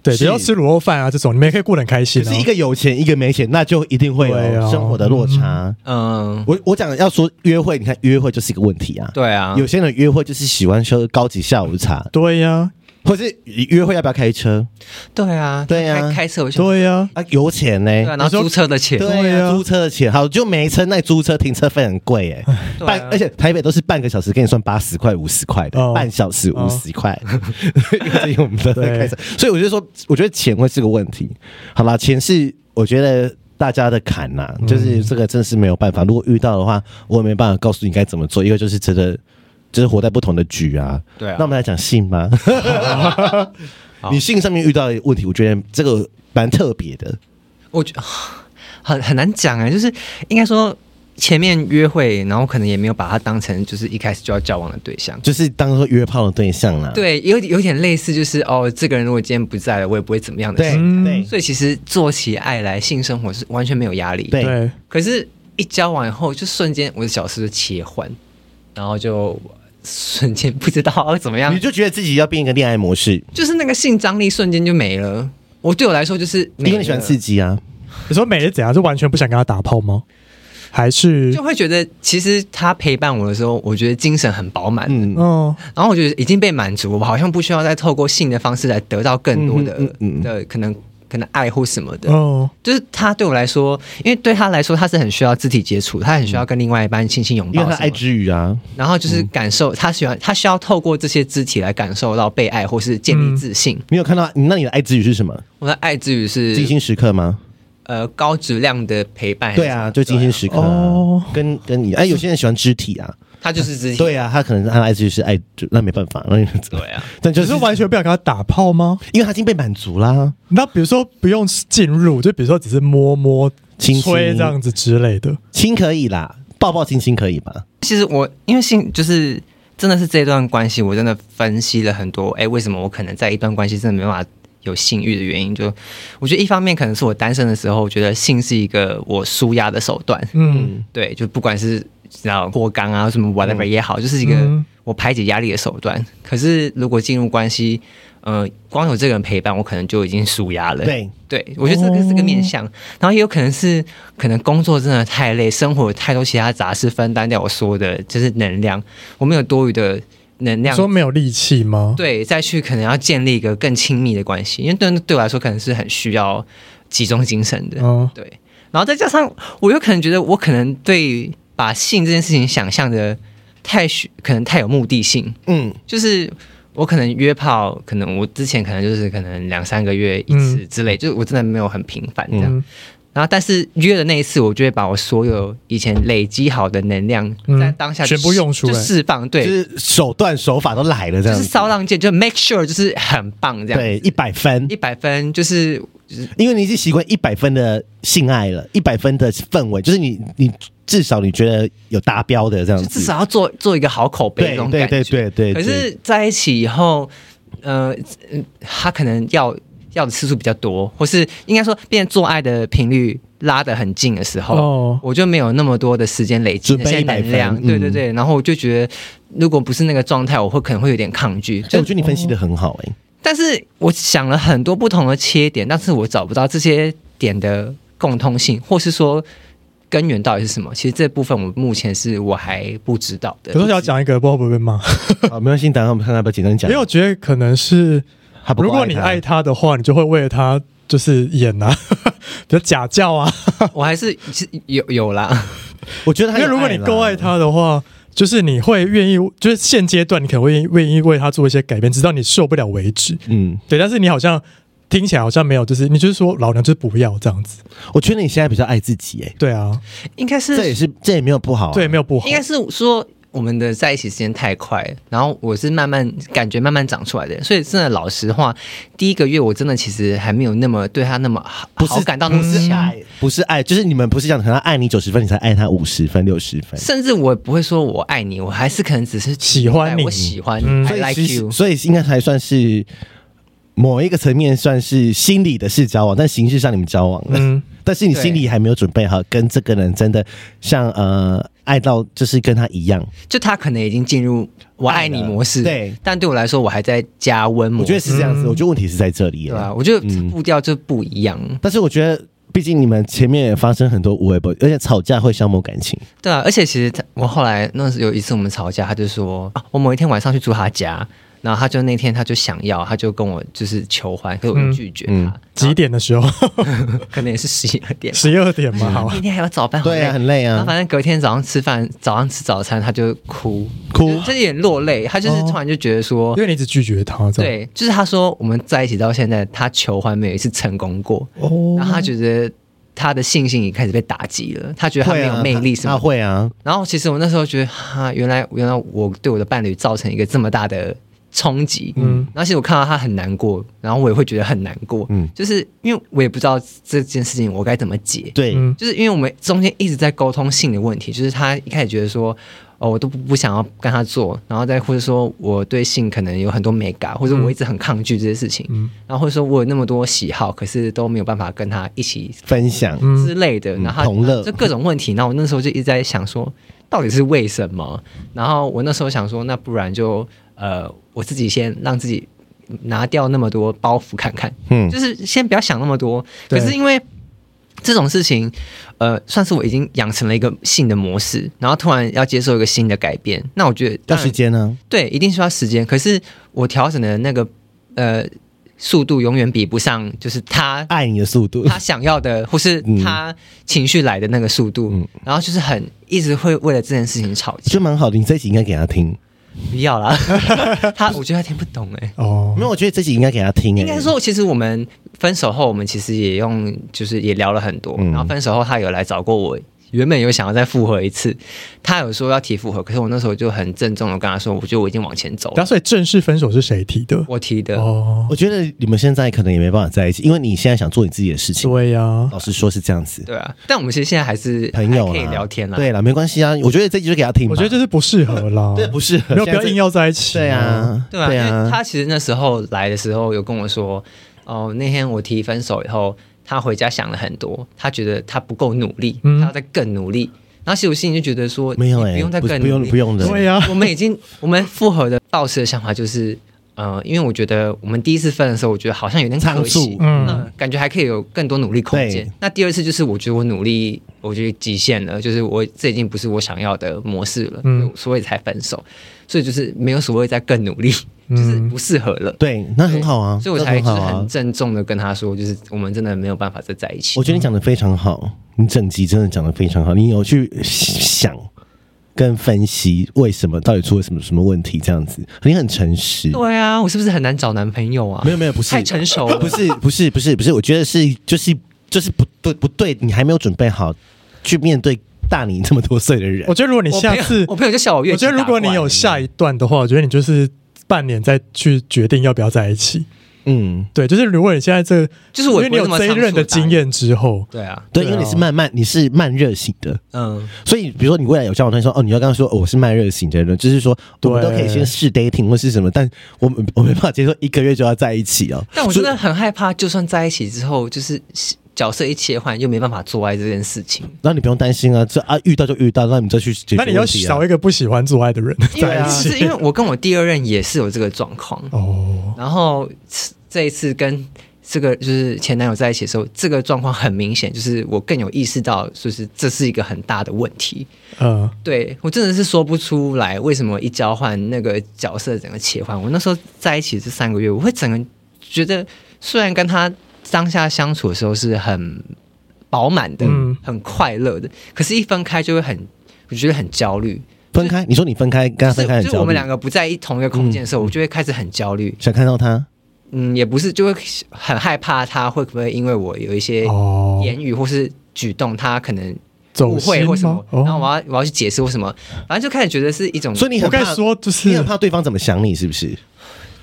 Speaker 1: 对，
Speaker 2: 是
Speaker 1: 比如说吃卤肉饭啊这种，你们也可以过得很开
Speaker 2: 可
Speaker 1: 心啊
Speaker 2: 是。一个有钱，一个没钱，那就一定会
Speaker 1: 对
Speaker 2: 有
Speaker 1: 啊
Speaker 2: 生活的落差。
Speaker 3: 嗯，
Speaker 2: 我我讲要说约会，你看约会就是一个问题啊。
Speaker 3: 对啊，
Speaker 2: 有些人约会就是喜欢喝高级下午茶，
Speaker 1: 对呀，
Speaker 2: 或是约会要不要开车
Speaker 3: 对啊，
Speaker 2: 对啊
Speaker 3: 开开车我就
Speaker 1: 对呀，
Speaker 2: 啊？油钱呢？
Speaker 3: 对啊，然后
Speaker 1: 你说
Speaker 3: 租车的钱，
Speaker 2: 对
Speaker 1: 对
Speaker 2: 呀、
Speaker 1: 啊
Speaker 2: 租车的钱好就没车，那租车停车费很
Speaker 1: (laughs)
Speaker 2: 贵哎、
Speaker 3: 对啊
Speaker 2: 半而且台北都是半个小时给你算八十块、五十块的，
Speaker 1: 哦
Speaker 2: 半小时五
Speaker 1: 哦
Speaker 2: 十块， (laughs) 因为我们都在开车，所以我就说，我觉得钱会是个问题。好啦，钱是我觉得。大家的坎呐、
Speaker 1: 嗯
Speaker 2: 就是这个真是没有办法。如果遇到的话，我也没办法告诉你该怎么做。一个就是真的，就是活在不同的局啊。
Speaker 3: 对啊
Speaker 2: 那我们来讲性 (laughs) 吧。
Speaker 3: (laughs) 好
Speaker 2: 你性上面遇到的问题，我觉得这个蛮特别的。
Speaker 3: 我觉得 (sighs) 啊很很难讲哎、就是应该说前面约会，然后可能也没有把他当成就是一开始就要交往的对象。
Speaker 2: 就是当做约炮的对象啦。
Speaker 3: 对，有有点类似，就是哦，这个人如果今天不在了，我也不会怎么样的
Speaker 2: 对
Speaker 3: 事。
Speaker 1: 嗯
Speaker 2: 对
Speaker 3: 所以其实做起爱来，性生活是完全没有压力。
Speaker 2: 对
Speaker 1: 对，
Speaker 3: 可是，一交往以后，就瞬间我的小事就切换，然后就瞬间不知道要怎么样
Speaker 2: 你，就觉得自己要变一个恋爱模式，
Speaker 3: 就是那个性张力瞬间就没了。我对我来说就是没
Speaker 2: 因为
Speaker 3: 了，
Speaker 2: 你喜欢刺激啊。
Speaker 1: 你说美是怎样？是完全不想跟他打炮吗？还是
Speaker 3: 就会觉得其实他陪伴我的时候，我觉得精神很饱满，
Speaker 2: 嗯，
Speaker 1: 嗯，
Speaker 3: 然后我觉得已经被满足，我好像不需要再透过性的方式来得到更多的、
Speaker 2: 嗯嗯嗯嗯
Speaker 3: 的可能可能爱或什么的。
Speaker 1: 哦，
Speaker 3: 就是他对我来说，因为对他来说，他是很需要肢体接触，他很需要跟另外一半亲亲拥
Speaker 2: 嗯因
Speaker 3: 抱
Speaker 2: 为
Speaker 3: 什
Speaker 2: 他
Speaker 3: 么
Speaker 2: 爱
Speaker 3: 的，
Speaker 2: 之语啊，
Speaker 3: 然后就是感受他喜欢，他需要透过这些肢体来感受到被爱或是建立
Speaker 2: 嗯
Speaker 3: 自信。
Speaker 2: 你有看到？那你的爱之语是什么？
Speaker 3: 我的爱之
Speaker 2: 精
Speaker 3: 语是哎
Speaker 2: 心时刻吗？
Speaker 3: 呃高质量的陪伴，
Speaker 2: 对啊，就精心时刻啊。
Speaker 1: 哦
Speaker 2: 跟跟你哎，有些人喜欢肢体啊，
Speaker 3: 对啊，
Speaker 4: 他就是肢体，
Speaker 2: 对啊，他可能他的爱就是爱，就那没办法，那
Speaker 4: 对啊，
Speaker 2: 但就
Speaker 1: 只
Speaker 2: 是
Speaker 1: 是完全不想跟他打炮吗？
Speaker 2: 因为他已经被满足啦，
Speaker 1: 那比如说不用进入，就比如说只是摸摸、
Speaker 2: 亲亲
Speaker 1: 吹这样子之类的。
Speaker 2: 亲可以啦，抱抱亲亲可以吧？
Speaker 3: 其实我因为性就是真的是这段关系，我真的分析了很多。哎，为什么我可能在一段关系真的没办法有性欲的原因？就我觉得一方面可能是我单身的时候，我觉得性是一个我舒压的手段。 (laughs)
Speaker 1: 嗯，
Speaker 3: 对，就不管是然后过肛啊什么 whatever 也好，就是一
Speaker 1: 嗯
Speaker 3: 个我排解压力的手段。可是如果进入关系，呃，光有这个人陪伴，我可能就已经舒压了。
Speaker 2: 对，
Speaker 3: 对，我觉得这个是个面向，然后也有可能是可能工作真的太累，生活有太多其他杂事分担掉我所有的就是能量，我没有多余的能
Speaker 1: 你
Speaker 3: 量，
Speaker 1: 说没有力气吗？
Speaker 3: 对，再去可能要建立一个更亲密的关系，因为对对我来说可能是很需要集中精神的，
Speaker 1: 嗯，
Speaker 3: 对，然后再加上我有可能觉得我可能对把性这件事情想象的太虚，可能太有目的性，
Speaker 2: 嗯，
Speaker 3: 就是我可能约炮，可能我之前可能就是可能两三个月一次之类，就是我真的没有很频繁这样。
Speaker 1: 嗯
Speaker 3: 然后但是约的那一次，我就会把我所有以前累积好的能量
Speaker 1: 嗯
Speaker 3: 在当下就
Speaker 1: 全部用出来
Speaker 3: 就释放，
Speaker 2: 就
Speaker 3: 对，
Speaker 2: 是手段手法都来了这
Speaker 3: 就
Speaker 2: 样
Speaker 3: 是
Speaker 2: 子，
Speaker 3: 骚浪剑，就 make sure 就是很棒这样，
Speaker 2: 对，一百分
Speaker 3: 一，百分就是
Speaker 2: 因为你已经习惯一百分的性爱了，一百分的氛围，就是你你至少你觉得有达标的这样
Speaker 3: 就
Speaker 2: 子，
Speaker 3: 至少要做做一个好口碑
Speaker 2: 对
Speaker 3: 那种
Speaker 2: 对
Speaker 3: 感觉
Speaker 2: 对。对对，哎
Speaker 3: 可是在一起以后，呃，嗯他可能要要的次数比较多，或是应该说变成做爱的频率拉得很近的时候，
Speaker 1: 哦
Speaker 3: 我就没有那么多的时间累积
Speaker 2: 准
Speaker 3: 那
Speaker 2: 备
Speaker 3: 些
Speaker 2: 100
Speaker 3: 能量。
Speaker 2: 分
Speaker 3: 对对对，然后我就觉得，如果不是那个状态，我会可能会有点抗拒。
Speaker 2: 哎、
Speaker 3: 就
Speaker 2: 我觉得你分析的很好哎、
Speaker 3: 但是我想了很多不同的切点，但是我找不到这些点的共通性，或是说。根源到底是什么？其实这部分我目前是我还不知道的。
Speaker 1: 可是我想讲一个，不知道会不会被骂，
Speaker 2: 好，没关系，等一下我们看他要不要简单讲。
Speaker 1: 因为我觉得可能是
Speaker 2: 他不够
Speaker 1: 如果你
Speaker 2: 他
Speaker 1: 爱他的话，你就会为了他就是演啊， (laughs) 比如假叫啊。
Speaker 3: 我还是其实有有啦，
Speaker 2: 我觉得他
Speaker 1: 因为
Speaker 2: 有
Speaker 1: 如果
Speaker 2: 啦
Speaker 1: 你够爱，他的话，就是你会愿意，就是现阶段你可能会愿意愿意为他做一些改变，直到你受不了为止。
Speaker 2: 嗯，
Speaker 1: 对，但是你好像听起来好像没有，就是你就是说老娘就是不要这样子。
Speaker 2: 我觉得你现在比较爱自己哎、
Speaker 1: 对啊，
Speaker 3: 应该是
Speaker 2: 这也是这也没有不好、啊，
Speaker 1: 对，没有不好
Speaker 3: 应。该是说我们的在一起时间太快了，然后我是慢慢感觉慢慢长出来的，所以真的老实话，第一个月我真的其实还没有那么对他那么好
Speaker 2: 不
Speaker 3: 好
Speaker 2: 是
Speaker 3: 感到那
Speaker 2: 不
Speaker 3: 么
Speaker 2: 是
Speaker 3: 强，
Speaker 2: 爱，不是爱，就是你们不是讲可能他爱你九十分，你才爱他五十分、六十分，
Speaker 3: 甚至我不会说我爱你，我还是可能只是
Speaker 1: 喜欢你
Speaker 3: 我喜欢你、
Speaker 1: 嗯
Speaker 3: i
Speaker 2: 所以
Speaker 3: like
Speaker 2: 其实
Speaker 3: you。
Speaker 2: 所以应该还算是某一个层面算是心理的是交往，但形式上你们交往了。
Speaker 1: 嗯，
Speaker 2: 但是你心里还没有准备好，跟这个人真的像呃爱到就是跟他一样，
Speaker 3: 就他可能已经进入我爱
Speaker 2: 爱
Speaker 3: 你
Speaker 2: 了
Speaker 3: 模式，
Speaker 2: 对，
Speaker 3: 但对我来说我还在加温模
Speaker 2: 我
Speaker 3: 式，
Speaker 2: 觉得是嗯这样子。我觉得问题是在这里
Speaker 3: 对
Speaker 2: 了。
Speaker 3: 啊吧、我觉得步调就不一样，
Speaker 2: 但是我觉得，毕竟你们前面也发生很多无微不，而且吵架会消磨感情。
Speaker 3: 对啊，而且其实他，我后来那时有一次我们吵架，他就说啊，我某一天晚上去住他家，然后他就那天他就想要，他就跟我就是求婚，可是我就拒绝他，
Speaker 2: 嗯嗯
Speaker 1: 几点的时候？
Speaker 3: (laughs) 可能也是十一二点吧，
Speaker 1: 十二点嘛，好
Speaker 3: 那。天还有早班，好
Speaker 2: 对啊，
Speaker 3: 累
Speaker 2: 很累
Speaker 3: 然后
Speaker 2: 啊，
Speaker 3: 反正隔天早上吃饭，早上吃早餐他就哭，
Speaker 2: 哭
Speaker 3: 就是有点落泪，他就是
Speaker 1: 哦
Speaker 3: 突然就觉得说。
Speaker 1: 因为你一直拒绝他，这样
Speaker 3: 对，就是他说我们在一起到现在，他求婚没有一次成功过，
Speaker 1: 哦
Speaker 3: 然后他觉得他的信心已经开始被打击了，他觉得他
Speaker 2: 会
Speaker 3: 没有
Speaker 2: 啊，
Speaker 3: 魅力什
Speaker 2: 他
Speaker 3: 么
Speaker 2: 他
Speaker 3: 的
Speaker 2: 会啊，
Speaker 3: 然后其实我那时候觉得，哈，原来原来我对我的伴侣造成一个这么大的冲击，嗯，然后其实我看到他很难过，然后我也会觉得很难过，
Speaker 2: 嗯
Speaker 3: 嗯，就是因为我也不知道这件事情我该怎么解，
Speaker 2: 对，
Speaker 1: 嗯
Speaker 3: 就是因为我们中间一直在沟通性的问题，就是他一开始觉得说，哦，我都不不想要跟他做，然后再或者说我对性可能有很多美感，或者我一直很抗拒这些事情，
Speaker 1: 嗯
Speaker 3: 然后或者说我有那么多喜好，可是都没有办法跟他一起
Speaker 2: 分享。
Speaker 1: 嗯
Speaker 3: 之类的，
Speaker 2: 嗯
Speaker 3: 然后
Speaker 2: 同乐
Speaker 3: 就各种问题。然后我那时候就一直在想说，到底是为什么？然后我那时候想说，那不然就呃，我自己先让自己拿掉那么多包袱看看，
Speaker 2: 嗯
Speaker 3: 就是先不要想那么多。
Speaker 1: 对
Speaker 3: 可是因为这种事情，呃，算是我已经养成了一个性的模式，然后突然要接受一个新的改变，那我觉得
Speaker 2: 要
Speaker 3: 当然
Speaker 2: 时间啊呢？
Speaker 3: 对，一定需要时间。可是我调整的那个呃速度永远比不上，就是他
Speaker 2: 爱你的速度，
Speaker 3: (laughs) 他想要的，或是
Speaker 2: 嗯
Speaker 3: 他情绪来的那个速度，
Speaker 2: 嗯
Speaker 3: 然后就是很一直会为了这件事情吵架。
Speaker 2: 就蛮好的。你这一集应该给他听，
Speaker 3: 不
Speaker 2: (laughs)
Speaker 3: 要啦，他我觉得他听不懂
Speaker 2: 嗯
Speaker 3: 哎、
Speaker 1: 哦
Speaker 2: 没，有？我觉得这集应该给他听。哎
Speaker 3: 应该，说，其实我们分手后，我们其实也用，就是也聊了很多。
Speaker 2: 嗯
Speaker 3: 然后分手后，他有来找过我原本有想要再复合一次，他有说要提复合，可是我那时候就很郑重的跟他说，我觉得我已经往前走
Speaker 1: 然
Speaker 3: 了，
Speaker 1: 后所以正式分手是谁提的？
Speaker 3: 我提的。
Speaker 1: 哦，
Speaker 2: 我觉得你们现在可能也没办法在一起，因为你现在想做你自己的事情。
Speaker 1: 对呀、
Speaker 2: 老实说是这样子，
Speaker 3: 对啊，但我们其实现在还是
Speaker 2: 朋友
Speaker 3: 还
Speaker 2: 啦
Speaker 3: 可以聊天啦。
Speaker 2: 对啦，没关系啊。我觉得这集就给他听吧，
Speaker 1: 我觉得这是不适合
Speaker 2: (laughs)
Speaker 1: 啦，
Speaker 2: 这啊不是
Speaker 1: (laughs) 没有必哦要硬要在一起、
Speaker 2: 对啊，
Speaker 3: 对啊，
Speaker 2: 对
Speaker 3: 因为
Speaker 2: 啊，
Speaker 3: 他其实那时候来的时候有跟我说，哦，那天我提分手以后，他回家想了很多，他觉得他不够努力，
Speaker 1: 嗯
Speaker 3: 他要再更努力。然后其实我心里就觉得说，
Speaker 2: 没有
Speaker 3: 你
Speaker 2: 哎，
Speaker 3: 不用再
Speaker 2: 不
Speaker 3: 更
Speaker 2: 不
Speaker 3: 努
Speaker 2: 用
Speaker 3: 力，
Speaker 2: 不用的，
Speaker 1: 对呀、
Speaker 3: 我们已经我们复合的抱持的想法就是，呃，因为我觉得我们第一次分的时候，我觉得好像有点可
Speaker 2: 仓
Speaker 3: 惜
Speaker 2: 促，
Speaker 1: 嗯
Speaker 3: 嗯，感觉还可以有更多努力空间
Speaker 2: 对。
Speaker 3: 那第二次就是我觉得我努力，我觉得极限了，就是我这已经不是我想要的模式了，
Speaker 1: 嗯
Speaker 3: 所以才分手。所以就是没有所谓再更努力，就是
Speaker 1: 嗯
Speaker 3: 不适合了。
Speaker 2: 对，那很好啊，
Speaker 3: 所以我
Speaker 2: 那
Speaker 3: 才
Speaker 2: 很
Speaker 3: 就是
Speaker 2: 好啊
Speaker 3: 很。郑重的跟他说，就是我们真的没有办法再在一起
Speaker 2: 我。觉得你讲的非常好，你整集真的讲的非常好，你有去想跟分析为什么到底出了什么什么问题，这样子，你很诚实。
Speaker 3: 对啊，我是不是很难找男朋友啊？
Speaker 2: 没有没有，不是
Speaker 3: 太成熟了，
Speaker 2: 不是不是不是不是，我觉得是就是就是不对不对，你还没有准备好去面对大你这么多岁的人
Speaker 1: 我。觉得如果你
Speaker 3: 我
Speaker 1: 下
Speaker 3: 朋友
Speaker 1: 次，
Speaker 3: 我朋友就笑我越
Speaker 1: 我觉得如果你有下一段的话，我觉得你就是半年再去决定要不要在一起。
Speaker 2: 嗯，
Speaker 1: 对，就是如果你现在这，
Speaker 3: 就是我
Speaker 1: 因为你有
Speaker 3: 不会
Speaker 1: 这
Speaker 3: 那么
Speaker 1: 一任的经验之后，
Speaker 3: 对啊，
Speaker 2: 对，
Speaker 1: 对啊
Speaker 2: 因为你是慢慢你是慢热型的，
Speaker 3: 嗯，
Speaker 2: 所以比如说你未来有交往对象，说哦，你要刚刚说、哦我是慢热型的人，就是说我们
Speaker 1: 对
Speaker 2: 都可以先试 dating 或是什么，但我们我没办法接受一个月就要在一起哦。
Speaker 3: 但我真的很害怕，就算在一起之后，就是角色一切换，又没办法做爱这件事情。
Speaker 2: 那你不用担心啊，这啊遇到就遇到，那你再去解决
Speaker 1: 那你要
Speaker 2: 问题啊
Speaker 1: 找一个不喜欢做爱的人
Speaker 3: 因为
Speaker 1: 在一
Speaker 3: 就是
Speaker 1: 起。
Speaker 3: 因为我跟我第二任也是有这个状况，
Speaker 1: 哦，
Speaker 3: 然后这一次跟这个就是前男友在一起的时候，这个状况很明显，就是我更有意识到，就是这是一个很大的问题。
Speaker 1: 呃，
Speaker 3: 对我真的是说不出来为什么一交换那个角色整个切换。我那时候在一起这三个月，我会整个觉得，虽然跟他当下相处的时候是很饱满的、
Speaker 1: 嗯
Speaker 3: 很快乐的，可是一分开就会很，我觉得很焦虑。
Speaker 2: 分开，你说你分开跟他啊分开很
Speaker 3: 就
Speaker 2: 焦
Speaker 3: 是
Speaker 2: 虑，
Speaker 3: 我们两个不在一同一个空间的时候，我就会开始很焦虑。
Speaker 2: 想看到他，
Speaker 3: 嗯，也不是，就会很害怕他会不会因为我有一些
Speaker 1: 哦，
Speaker 3: 言语或是举动，他可能。
Speaker 1: 走
Speaker 3: 误会
Speaker 1: 心
Speaker 3: 或什
Speaker 1: 吗
Speaker 3: 么？，
Speaker 1: 哦
Speaker 3: 然后我要我要去解释为什么，反正就开始觉得是一种，
Speaker 2: 所以你
Speaker 1: 我
Speaker 2: 很
Speaker 1: 该
Speaker 2: 怕
Speaker 1: 说就是
Speaker 2: 你很怕对方怎么想你，是不是？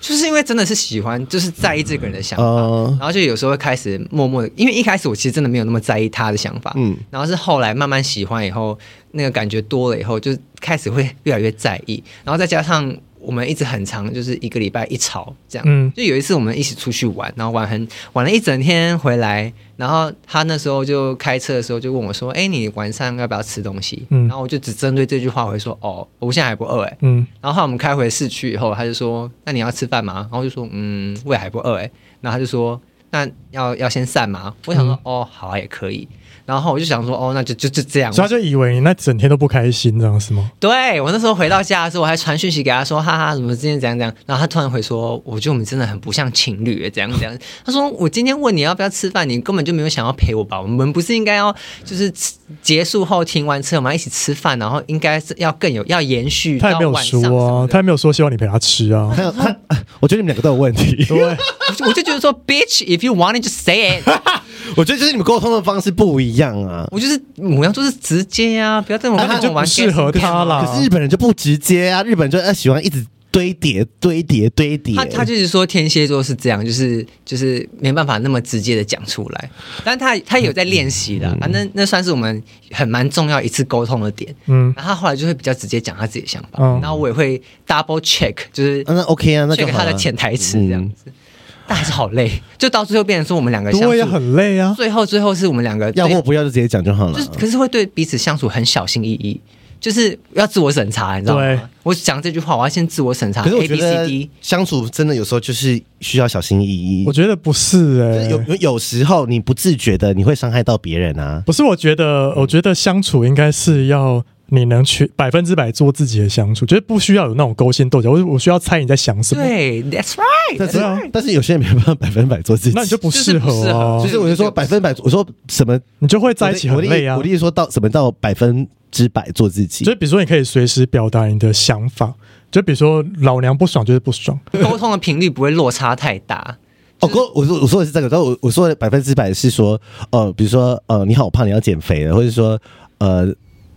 Speaker 3: 就是因为真的是喜欢，就是在意这个人的想法，
Speaker 2: 哦
Speaker 3: 然后就有时候会开始默默的，因为一开始我其实真的没有那么在意他的想法，
Speaker 2: 嗯
Speaker 3: 然后是后来慢慢喜欢以后，那个感觉多了以后，就开始会越来越在意，然后再加上我们一直很长，就是一个礼拜一吵这样，
Speaker 1: 嗯
Speaker 3: 就有一次我们一起出去玩，然后玩很玩了一整天回来，然后他那时候就开车的时候就问我说，哎，你晚上要不要吃东西？
Speaker 1: 嗯
Speaker 3: 然后我就只针对这句话回说，哦，我现在还不饿、欸，哎，
Speaker 1: 嗯，
Speaker 3: 然后后来我们开回市区以后，他就说：“那你要吃饭吗？”然后我就说：“嗯，胃还不饿哎、然后他就说：“那要要先散吗？”我
Speaker 1: 嗯
Speaker 3: 想说：“哦，好、啊，也可以。”然后我就想说：“哦，那就就就这样。
Speaker 1: 所以他就以为你那整天都不开心，这样是吗？
Speaker 3: 对”我那时候回到家的时候，我还传讯息给他说：“哈哈，什么今天怎样怎样。”然后他突然回说：“我觉得我们真的很不像情侣欸，怎样怎样。”他说：“我今天问你要不要吃饭，你根本就没有想要陪我吧？我们不是应该要就是吃结束后停完车，我们要一起吃饭，然后应该是要更有要延续
Speaker 1: 他也
Speaker 3: 到
Speaker 1: 没有
Speaker 3: 晚上什
Speaker 1: 说
Speaker 3: 么
Speaker 1: 啊，
Speaker 3: 的。
Speaker 1: 他也没有说希望你陪他吃啊。
Speaker 2: 还有他，我觉得你们两个都有问
Speaker 1: (laughs)
Speaker 2: 题。
Speaker 1: 对，
Speaker 3: 我就我就觉得说，bitch，if you want it to say it， (laughs)
Speaker 2: 我觉得就是你们沟通的方式不一样啊。
Speaker 3: 我就是我要做是直接呀、啊，不要这种
Speaker 1: 那你就不适合他啦。
Speaker 2: 可是日本人就不直接啊，日本人就呃喜欢一直堆叠、堆叠、堆叠。
Speaker 3: 他他就是说天蝎座是这样，就是就是没办法那么直接的讲出来，但他他有在练习
Speaker 1: 嗯
Speaker 3: 的，反正、那算是我们很蛮重要一次沟通的点。
Speaker 1: 嗯，
Speaker 3: 然后他后来就会比较直接讲他自己的想法，
Speaker 1: 嗯
Speaker 3: 然后我也会 double check，就是
Speaker 2: 啊那 OK 啊，那就
Speaker 3: check
Speaker 2: 好、啊。
Speaker 3: 他的潜台词
Speaker 1: 嗯
Speaker 3: 这样子，但还是好累，就到最后变成说我们两个相
Speaker 1: 对呀，
Speaker 3: 处，
Speaker 1: 很累啊。
Speaker 3: 最后最后是我们两个
Speaker 2: 要
Speaker 3: 最
Speaker 2: 或不要就直接讲就好了。
Speaker 3: 就是可是会对彼此相处很小心翼翼，就是要自我审查，你知道
Speaker 1: 对
Speaker 3: 吗？我讲这句话，我要先自我审查。
Speaker 2: 可是我
Speaker 3: A
Speaker 2: 觉
Speaker 3: B C
Speaker 2: 得
Speaker 3: D，
Speaker 2: 相处真的有时候就是需要小心翼翼
Speaker 1: 我。觉得不是哎、
Speaker 2: 有有有时候你不自觉的你会伤害到别人啊。
Speaker 1: 不是，我觉得，我觉得相处应该是要你能去百分之百做自己的相处，就是不需要有那种勾心斗角，我我需要猜你在想什么，
Speaker 3: 对，That's
Speaker 2: (laughs)
Speaker 3: right，
Speaker 2: 但
Speaker 3: that's
Speaker 2: 是、
Speaker 1: 啊
Speaker 3: right。
Speaker 2: 但是有些人没办法百分百做自己。
Speaker 1: 那你就不适合啊，
Speaker 3: 就
Speaker 2: 就是
Speaker 3: 不适合
Speaker 2: 是我就说百分百，我说什么
Speaker 1: 你就会在一起很
Speaker 2: 我的
Speaker 1: 累啊
Speaker 2: 我的意我。的意思说到什么到百分之百做自己
Speaker 1: 就。是比如说，你可以随时表达你的想法，就比如说老娘不爽就是不爽，
Speaker 3: 沟通的频率不会落差太大。
Speaker 2: 哦，我我说我说的是这个，但我我说的百分之百是说，呃，比如说呃，你好胖，你要减肥了，或者说呃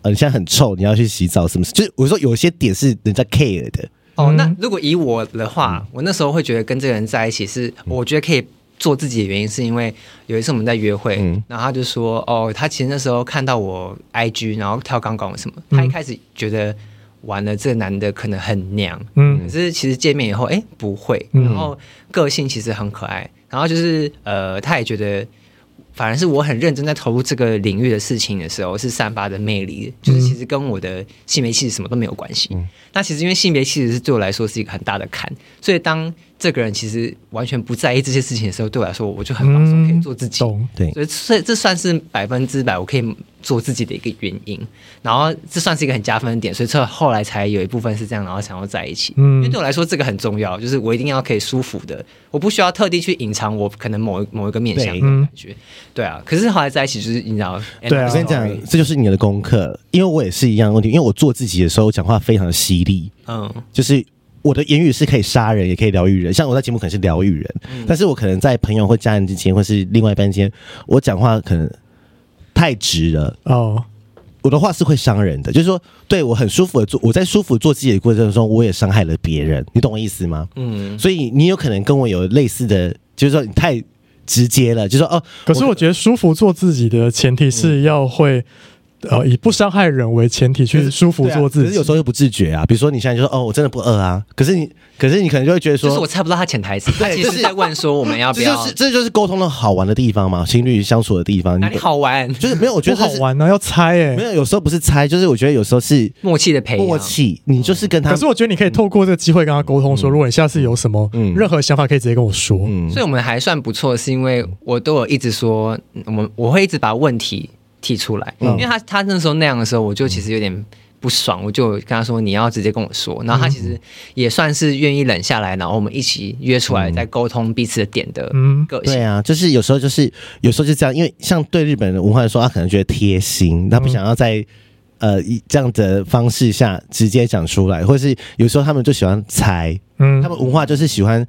Speaker 2: 呃，你现在很臭，你要去洗澡什么？就是我说有些点是人家 care 的，
Speaker 3: 哦，那如果以我的话，
Speaker 2: 嗯
Speaker 3: 我那时候会觉得跟这个人在一起是，我觉得可以做自己的原因，是因为有一次我们在约会，
Speaker 2: 嗯
Speaker 3: 然后他就说，哦，他其实那时候看到我 IG，然后跳钢管舞什么，他
Speaker 2: 嗯
Speaker 3: 一开始觉得完了，这个男的可能很娘，可
Speaker 1: 嗯
Speaker 3: 是其实见面以后，哎、不会，
Speaker 1: 嗯
Speaker 3: 然后个性其实很可爱，然后就是呃，他也觉得，反而是我很认真在投入这个领域的事情的时候，是散发的魅力，就是其实跟我的性别气质什么都没有关
Speaker 1: 嗯
Speaker 3: 系。那其实因为性别气质是对我来说是一个很大的坎，所以当这个人其实完全不在意这些事情的时候，对我来说我就很放松，可以做自己。
Speaker 1: 嗯懂，
Speaker 2: 对
Speaker 3: 所以这这算是百分之百我可以做自己的一个原因，然后这算是一个很加分的点，所以这后来才有一部分是这样，然后想要在一起。
Speaker 1: 嗯
Speaker 3: 因为对我来说这个很重要，就是我一定要可以舒服的，我不需要特地去隐藏我可能某一某一个面向的
Speaker 2: 对嗯
Speaker 3: 感觉。对啊，可是后来在一起就是你知道，
Speaker 1: 对啊
Speaker 2: 我跟你讲，这就是你的功课，因为我也是一样的问题，因为我做自己的时候讲话非常的犀利，
Speaker 3: 嗯，
Speaker 2: 就是我的言语是可以杀人，也可以疗愈人。像我在节目可能是疗愈人，
Speaker 1: 嗯
Speaker 2: 但是我可能在朋友或家人之间，或是另外一半之间，我讲话可能太直了，
Speaker 1: 哦，
Speaker 2: 我的话是会伤人的。就是说，对我很舒服的做，我在舒服做自己的过程中，我也伤害了别人，你懂我意思吗？
Speaker 3: 嗯，
Speaker 2: 所以你有可能跟我有类似的，就是说你太直接了，就是说哦，
Speaker 1: 可是我觉得舒服做自己的前提
Speaker 2: 嗯
Speaker 1: 是要会，呃，以不伤害人为前提去舒服
Speaker 2: 对啊
Speaker 1: 做自
Speaker 2: 可是有时
Speaker 1: 己。
Speaker 2: 候又不自觉啊。比如说你现在就说哦，我真的不饿啊，可是你，可是你可能就会觉得说，
Speaker 3: 就是我猜不到他潜台词，他其实是在问说我们要不
Speaker 2: 这
Speaker 3: 要
Speaker 2: 就是这就是沟通的好玩的地方嘛，情侣相处的地方。
Speaker 3: 哪里
Speaker 2: 你
Speaker 3: 好玩，
Speaker 2: 就是没有，我觉
Speaker 1: 不
Speaker 2: 得
Speaker 1: 好
Speaker 2: 这是。
Speaker 1: 玩呢、要猜哎、
Speaker 2: 没有，有时候不是猜，就是我觉得有时候是
Speaker 3: 默契的培养，
Speaker 2: 默契，你就是跟他
Speaker 1: 可。是我觉得你可以透过这个机会跟他沟通说，如果你下次有什么
Speaker 2: 嗯
Speaker 1: 任何想法，可以直接跟我说。
Speaker 2: 嗯
Speaker 3: 所以我们还算不错，是因为我都有一直说，嗯我们我会一直把问题提出来，
Speaker 2: 嗯
Speaker 3: 因为他他那时候那样的时候，我就其实有点不爽，我就跟他说你要直接跟我说，然后他其实也算是愿意冷下来，然后我们一起约出来再沟通彼此的点的
Speaker 1: 嗯
Speaker 3: 个性
Speaker 2: 嗯对。啊，就是有时候就是有时候就这样，因为像对日本的文化来说，他可能觉得贴心，
Speaker 1: 嗯
Speaker 2: 他不想要在、呃以这样的方式下直接讲出来，或是有时候他们就喜欢猜，
Speaker 1: 嗯
Speaker 2: 他们文化就是喜欢。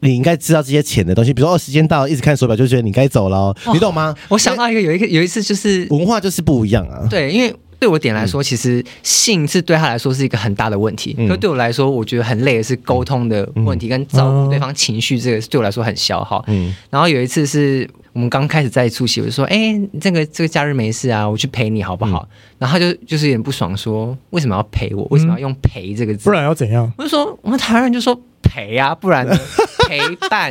Speaker 2: 你应该知道这些浅的东西，比如说哦，时间到了，一直看手表就觉得你该走了哦，你懂吗？
Speaker 3: 我想到一个，有一个有一次就是
Speaker 2: 文化就是不一样啊。
Speaker 3: 对，因为对我点来说，其实性是对他来说是一个很大的问题。
Speaker 2: 嗯
Speaker 3: 可对我来说，我觉得很累的是沟通的问题，跟照顾对方情绪，这个对我来说很消耗。
Speaker 2: 哦嗯
Speaker 3: 然后有一次是我们刚开始在一出席，我就说：“哎、这个这个假日没事啊，我去陪你好不好？”
Speaker 2: 嗯
Speaker 3: 然后他就就是有点不爽说，为什么要陪我？为什么要用“陪”这个字？
Speaker 1: 不然要怎样？
Speaker 3: 我就说我们台湾人就说陪啊，
Speaker 2: (laughs)
Speaker 3: 不然呢陪伴。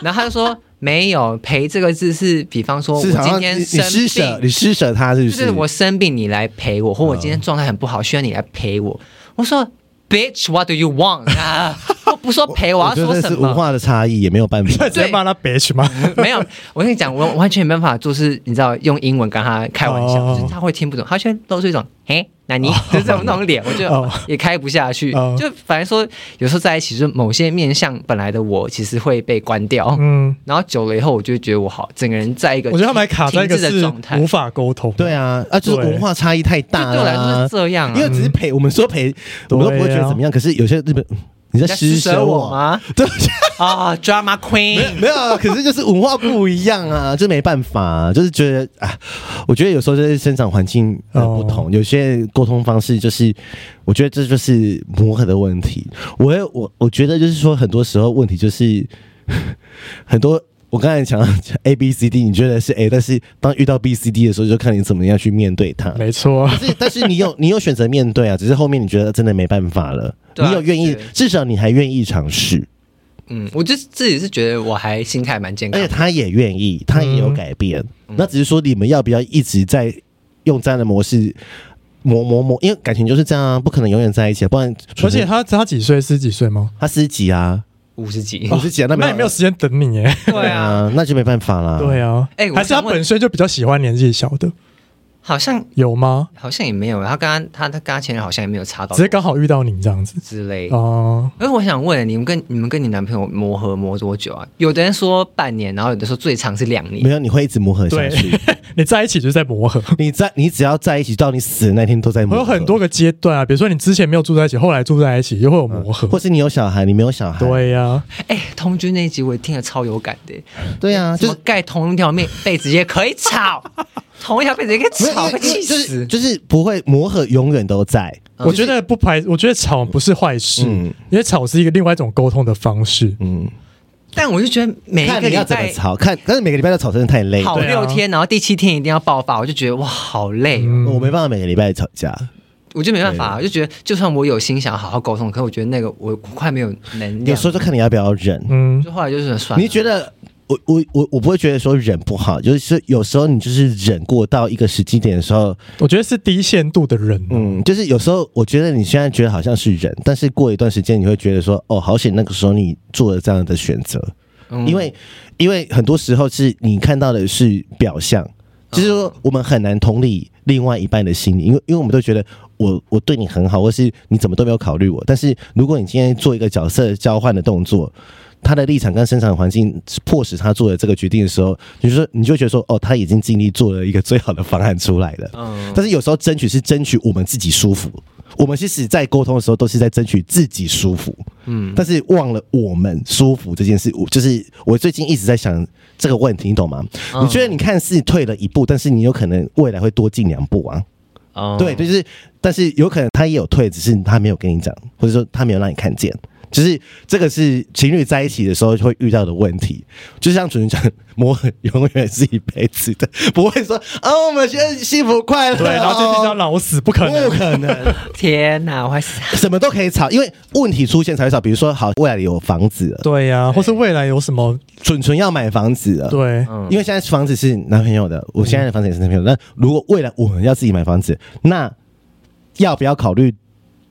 Speaker 3: 然后他就说没有陪这个字是，比方说我
Speaker 2: 是好
Speaker 3: 今
Speaker 2: 像
Speaker 3: 天
Speaker 2: 你
Speaker 3: 生
Speaker 2: 你施舍，
Speaker 3: 病
Speaker 2: 你，施舍他是不？
Speaker 3: 就是是我生病你来陪我，或我今天状态很不好需要你来陪我。我说 bitch，what do you want 啊？我不说陪，我要
Speaker 2: 觉
Speaker 3: 说
Speaker 2: 得
Speaker 3: 什
Speaker 2: 是文
Speaker 3: 么？
Speaker 2: 化的差异，也没有办
Speaker 3: (laughs)
Speaker 2: 法。
Speaker 1: 直接骂他 bitch 吗？
Speaker 3: 没有，我跟你讲，我我完全没办法，就是你知道用英文跟他开玩笑，
Speaker 1: 哦
Speaker 3: 就是他会听不懂，他就会露出一种嘿，那你就是这种那种脸，我就
Speaker 1: 哦
Speaker 3: 也开不下去。
Speaker 1: 哦
Speaker 3: 就反正说，有时候在一起，就是某些面向本来的我，其实会被关掉。
Speaker 1: 嗯，
Speaker 3: 然后久了以后，我就觉得我好，整个人在一个
Speaker 1: 我觉得他们还卡在一个
Speaker 3: 停滞的
Speaker 1: 是
Speaker 3: 状态，
Speaker 1: 无
Speaker 3: 就
Speaker 1: 法沟通。
Speaker 2: 对啊，啊，就是
Speaker 1: 对
Speaker 2: 文化差异太大
Speaker 3: 对
Speaker 2: 了
Speaker 3: 我来说
Speaker 2: 啊、
Speaker 3: 是这样、啊。
Speaker 2: 因为只是陪，我们说陪，我们都不会觉得怎么样。可是有些日本，嗯你在
Speaker 3: 你在施
Speaker 2: 施
Speaker 3: 舍
Speaker 2: 舍
Speaker 3: 我
Speaker 2: 我？
Speaker 3: 吗？
Speaker 2: 对，
Speaker 3: 啊、d r a m a
Speaker 2: 没有
Speaker 3: Queen，
Speaker 2: (laughs) 没有啊，可是就是文化不一样啊，就没办法、就是觉得啊，我觉得有时候就是生长环境呃
Speaker 1: 哦
Speaker 2: 不同，有些沟通方式就是，我觉得这就是磨合的问题。我也我我觉得就是说，很多时候问题就是 (laughs) 很多。我刚才讲 A B C D，你觉得是 A，但是当遇到 B C D 的时候，就看你怎么样去面对它。
Speaker 1: 没
Speaker 2: (laughs)
Speaker 1: 错。
Speaker 2: 可是，但是你有你有选择面对啊，只是后面你觉得真的没办法了，
Speaker 3: 对啊
Speaker 2: 你有愿意
Speaker 3: 对，
Speaker 2: 至少你还愿意尝试，
Speaker 3: 嗯，我就自己是觉得我还心态蛮健
Speaker 2: 而
Speaker 3: 康
Speaker 2: 且
Speaker 3: 的，
Speaker 2: 他也愿意，他也有
Speaker 1: 嗯
Speaker 2: 改变。
Speaker 3: 嗯
Speaker 2: 那只是说你们要不要一直在用这样的模式磨磨磨，因为感情就是这样啊，不可能永远在一起啊，不然
Speaker 1: 而且他他几岁？十几岁吗？
Speaker 2: 他十几啊，
Speaker 3: 五十几，
Speaker 2: 五十几啊，那没
Speaker 1: 那也没有时间等你耶。
Speaker 3: 对
Speaker 2: 对
Speaker 3: 啊，
Speaker 2: 啊，那就没办法啦。
Speaker 1: 对啊，
Speaker 3: 哎我
Speaker 1: 还是他
Speaker 3: 想问
Speaker 1: 本身就比较喜欢年纪小的，
Speaker 3: 好像
Speaker 1: 有吗？
Speaker 3: 好像也没有，他跟他他他跟他前任好像也没有差到
Speaker 1: 只是刚好遇到你这样子
Speaker 3: 之类。
Speaker 1: 哦。
Speaker 3: 而我想问，你们跟你们跟你男朋友磨合磨多久啊？有的人说半年，然后有的说最长是两
Speaker 2: 没
Speaker 3: 年。
Speaker 2: 有，你会一直磨合下
Speaker 1: 对
Speaker 2: 去。，
Speaker 1: (laughs) 你在一起就是在磨合。
Speaker 2: 你在，你只要在一起到你死的那天都在磨
Speaker 1: 会
Speaker 2: 合。
Speaker 1: 有很多个阶段啊，比如说你之前没有住在一起，后来住在一起，又会有磨合。
Speaker 2: 啊或是你有小孩，你没有小孩。
Speaker 1: 对呀、
Speaker 3: 哎、同居那一集我听了超有感的，
Speaker 2: 对啊，
Speaker 3: 怎
Speaker 2: 就
Speaker 3: 么
Speaker 2: 是 (laughs)
Speaker 3: 盖同一条被被子也可以吵，同一条被子一个吵，会气
Speaker 2: 就是
Speaker 3: 死。嗯
Speaker 2: 就是不会磨合，永远都在。
Speaker 1: 我觉得不排，我觉得吵不是坏事，
Speaker 2: 嗯
Speaker 1: 因为吵是一个另外一种沟通的方式。
Speaker 2: 嗯，
Speaker 3: 但我就觉得每一个
Speaker 2: 看你
Speaker 3: 礼
Speaker 2: 要怎么
Speaker 3: 拜
Speaker 2: 吵，看，但是每个礼拜都吵真的太累
Speaker 3: 跑
Speaker 2: 了。
Speaker 1: 对啊
Speaker 3: 六天，然后第七天一定要爆发，我就觉得哇，好累哦。
Speaker 1: 嗯，
Speaker 2: 我没办法每个礼拜吵架，
Speaker 3: 我就没办法，我就觉得就算我有心想好好沟通，可我觉得那个我快没有能
Speaker 2: 有
Speaker 3: 量
Speaker 2: 时。候就看你要不要忍。
Speaker 1: 嗯
Speaker 3: 就后来就是算了
Speaker 2: 你觉得我我我我不会觉得说忍不好，就是有时候你就是忍过到一个时机点的时候，
Speaker 1: 我觉得是低限度的人，
Speaker 2: 嗯，就是有时候我觉得你现在觉得好像是忍，但是过一段时间你会觉得说，哦，好险那个时候你做了这样的选择，
Speaker 3: 嗯
Speaker 2: 因为因为很多时候是你看到的是表象，就是说我们很难同理另外一半的心理，因为因为我们都觉得我我对你很好，或是你怎么都没有考虑我，但是如果你今天做一个角色交换的动作。他的立场跟生长环境迫使他做了这个决定的时候，你就说你就觉得说哦，他已经尽力做了一个最好的方案出来了。
Speaker 3: 嗯
Speaker 2: 但是有时候争取是争取我们自己舒服，我们其实在沟通的时候都是在争取自己舒服，嗯，但是忘了我们舒服这件事。我就是我最近一直在想这个问题，你懂吗？
Speaker 3: 嗯
Speaker 2: 你觉得你看似退了一步，但是你有可能未来会多进两步啊？
Speaker 3: 哦
Speaker 2: 对，就是，但是有可能他也有退，只是他没有跟你讲，或者说他没有让你看见。就是这个是情侣在一起的时候会遇到的问题，就像主持人讲，磨合永远是一辈子的，不会说 (laughs) 哦，我们现在幸福快乐哦，
Speaker 1: 对，然后就就要老死，不可能
Speaker 2: 不。可能，
Speaker 3: 天哪，我还是
Speaker 2: 什么都可以吵，因为问题出现才会吵。比如说，好，未来有房子了，
Speaker 1: 对呀、或是未来有什么
Speaker 2: 蠢蠢要买房子了，，
Speaker 1: 对，
Speaker 2: 因为现在房子是男朋友的，我现在的房子也是男朋友的。那如果未来我们要自己买房子，那要不要考虑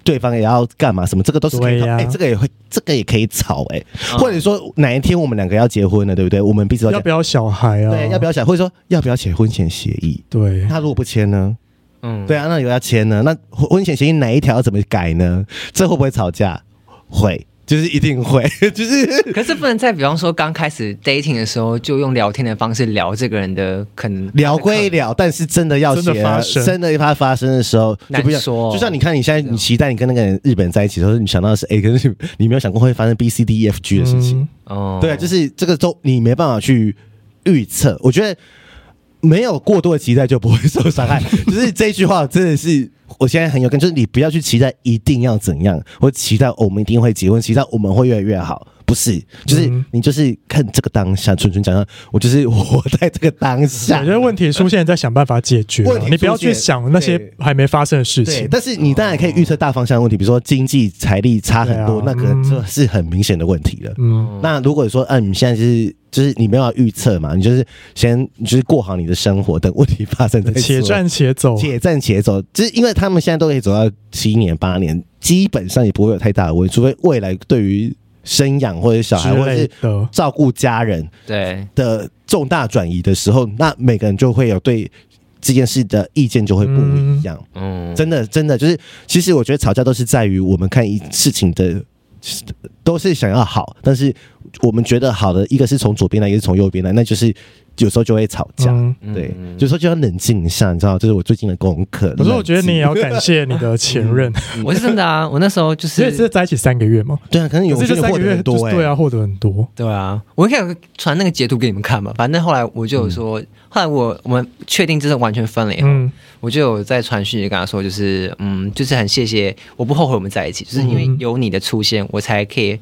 Speaker 2: 对方也要干嘛？什么这个都是可以
Speaker 1: 对
Speaker 2: 考，
Speaker 1: 呀
Speaker 2: 哎、这个也会，这个也可以吵、哎、
Speaker 3: 嗯
Speaker 2: 或者说哪一天我们两个要结婚了，对不对？我们彼此要
Speaker 1: 要
Speaker 2: 讲
Speaker 1: 不要小孩啊？
Speaker 2: 对，要不
Speaker 1: 要？
Speaker 2: 要想，或者说要不要写婚前协议？
Speaker 1: 对，
Speaker 2: 他如果不签呢？
Speaker 3: 嗯，
Speaker 2: 对啊，那有要签呢？那婚婚前协议哪一条要怎么改呢？这会不会吵架？会，就是一定会，就是
Speaker 3: 可是不能在比方说刚开始 dating 的时候就用聊天的方式聊这个人的可能
Speaker 2: 聊归聊，但是真的要
Speaker 1: 真的
Speaker 2: 写
Speaker 1: 发
Speaker 2: 啊，
Speaker 1: 生
Speaker 2: 真的发发生的时候就
Speaker 3: 难
Speaker 2: 不一样。
Speaker 3: 说哦
Speaker 2: 就像你看，你现在你期待你跟那个人日本在一起的时候，你想到的是
Speaker 3: 嗯
Speaker 2: A，可是你没有想过会发生 B、C、D、E、F、G 的事情。
Speaker 1: 嗯
Speaker 3: 哦，
Speaker 2: 对，啊就是这个都你没办法去预测。我觉得没有过多的期待就不会受
Speaker 1: (laughs)
Speaker 2: 伤害。就是这一句话真的是我现在很有感，就是你不要去期待一定要怎样，或期待、哦我们一定会结婚，期待我们会越来越好。不是，就是
Speaker 1: 嗯
Speaker 2: 你就是看这个当下，纯纯讲讲，我就是活在这个当下
Speaker 1: 我觉。得问题出现再想办法解决啊、
Speaker 2: 问题出现
Speaker 1: 你不要去想那些
Speaker 2: 对
Speaker 1: 还没发生的事
Speaker 2: 对
Speaker 1: 情，。
Speaker 2: 但是你当然可以预测大方向的问题，比如说经济财力差很多，
Speaker 1: 对啊
Speaker 2: 那可能这是很明显的问题了。
Speaker 1: 嗯，
Speaker 2: 那如果说，嗯、你现在就是就是你没有要预测嘛，你就是先你就是过好你的生活，等问题发生再说
Speaker 1: 且战且走，
Speaker 2: 且战且走，就是因为他们现在都可以走到七年八年，基本上也不会有太大的问题，除非未来对于生养或者小孩
Speaker 1: 之
Speaker 2: 啊或者
Speaker 1: 类
Speaker 2: 是
Speaker 1: 的
Speaker 2: 照顾家人
Speaker 3: 对，
Speaker 2: 的重大转移的时候，那每个人就会有对这件事的意见就会不一样。
Speaker 3: 嗯，
Speaker 2: 真的，真的就是，其实我觉得吵架都是在于我们看一
Speaker 3: 嗯
Speaker 2: 事情的，都是想要好，但是我们觉得好的一个是从左边来，一个是从右边来，那就是有时候就会吵架。
Speaker 1: 嗯
Speaker 2: 对，有时候就要冷静一下，你知道，这是我最近的功课。
Speaker 1: 可是我觉得你也
Speaker 2: (laughs)
Speaker 1: 要
Speaker 2: 冷静嗯
Speaker 1: 感谢你的前任，
Speaker 3: 我是真的啊，我那时候就
Speaker 1: (laughs) 因为这
Speaker 3: 是。
Speaker 1: 在一起三个月嘛，
Speaker 2: 对啊，可能有
Speaker 1: 可是
Speaker 2: 些
Speaker 1: 这
Speaker 2: 人
Speaker 1: 三
Speaker 2: 获
Speaker 1: 个
Speaker 2: 得
Speaker 1: 月
Speaker 2: 很多
Speaker 1: 就是
Speaker 2: 哎、
Speaker 1: 对啊，获得很多。
Speaker 3: 对啊，我可以传那个截图给你们看嘛。反正后来我就有说，后来我我们确定就是完全分了以后，
Speaker 1: 嗯，
Speaker 3: 我就有在传讯息跟他说，就是嗯，就是很谢谢，我不后悔我们在一起，就是因为
Speaker 1: 嗯
Speaker 3: 有你的出现，我才可以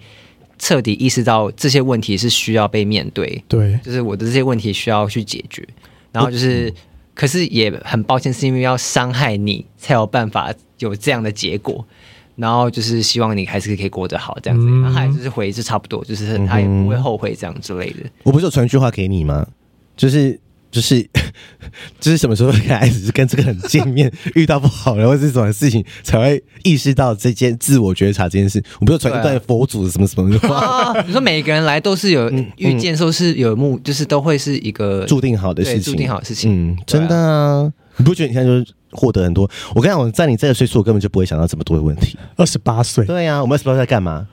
Speaker 3: 彻底意识到这些问题是需要被面对，
Speaker 1: 对，
Speaker 3: 就是我的这些问题需要去解决。然后
Speaker 1: 嗯
Speaker 3: 就是，可是也很抱歉，是因为要伤害你才有办法有这样的结果。然后就是希望你还是可以过得好这样子，
Speaker 1: 嗯
Speaker 3: 然后还就是回就差不多，就是他也不会后悔这样之类的。
Speaker 2: 我不是有传一句话给你吗？就是。就是就是什么时候开始跟这个人见面，遇到不好的或是什么事情，才会意识到这件自我觉察这件事。我不是有传一
Speaker 3: 对
Speaker 2: 段
Speaker 3: 啊
Speaker 2: 佛祖什么什么的话，
Speaker 3: 啊，你说每个人来都是
Speaker 1: 嗯
Speaker 3: 有遇见，说是有目，就是都会是一个
Speaker 2: 注定好的
Speaker 3: 对
Speaker 2: 事情，
Speaker 3: 注定好的事情
Speaker 2: 嗯，真的啊，你不觉得你现在就是获得很多？我跟你讲，我在你这个岁数，我根本就不会想到这么多的问题。
Speaker 1: 二十八岁，
Speaker 2: 对啊，我们二十八岁在干嘛？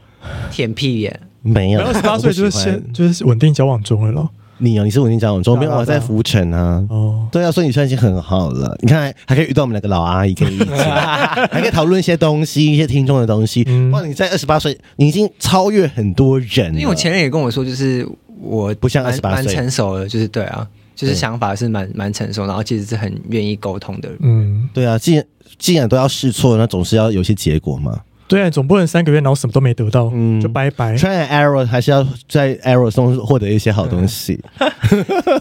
Speaker 3: 舔屁眼。
Speaker 2: 没有，啊
Speaker 1: 二十八
Speaker 2: 我不
Speaker 1: 岁就是
Speaker 2: 喜欢
Speaker 1: 先就是稳定交往中了咯。
Speaker 2: 你哦，你是稳定交往中，
Speaker 1: 对啊
Speaker 2: 没有我在浮沉啊。
Speaker 1: 哦，
Speaker 2: 对啊，所以你现在已经很好了。你看，还可以遇到我们两个老阿姨跟你一起，还可以讨论一些东西，一些听众的东西。
Speaker 1: 嗯
Speaker 2: 哇，你在二十八岁，你已经超越很多人了。
Speaker 3: 因为我前任也跟我说，就是我
Speaker 2: 不像
Speaker 3: 蛮
Speaker 2: 28岁
Speaker 3: 蛮成熟了，就是对啊，就是想法是蛮蛮成熟，然后其实是很愿意沟通的人。 (laughs)
Speaker 1: 嗯，
Speaker 2: 对啊，既然既然都要试错，那总是要有一些结果嘛。
Speaker 1: 对啊，总不能三个月然后什么都没得到，
Speaker 2: 嗯
Speaker 1: 就拜拜。
Speaker 2: Try and error 还是要在 error 中获得一些好东西。
Speaker 1: 嗯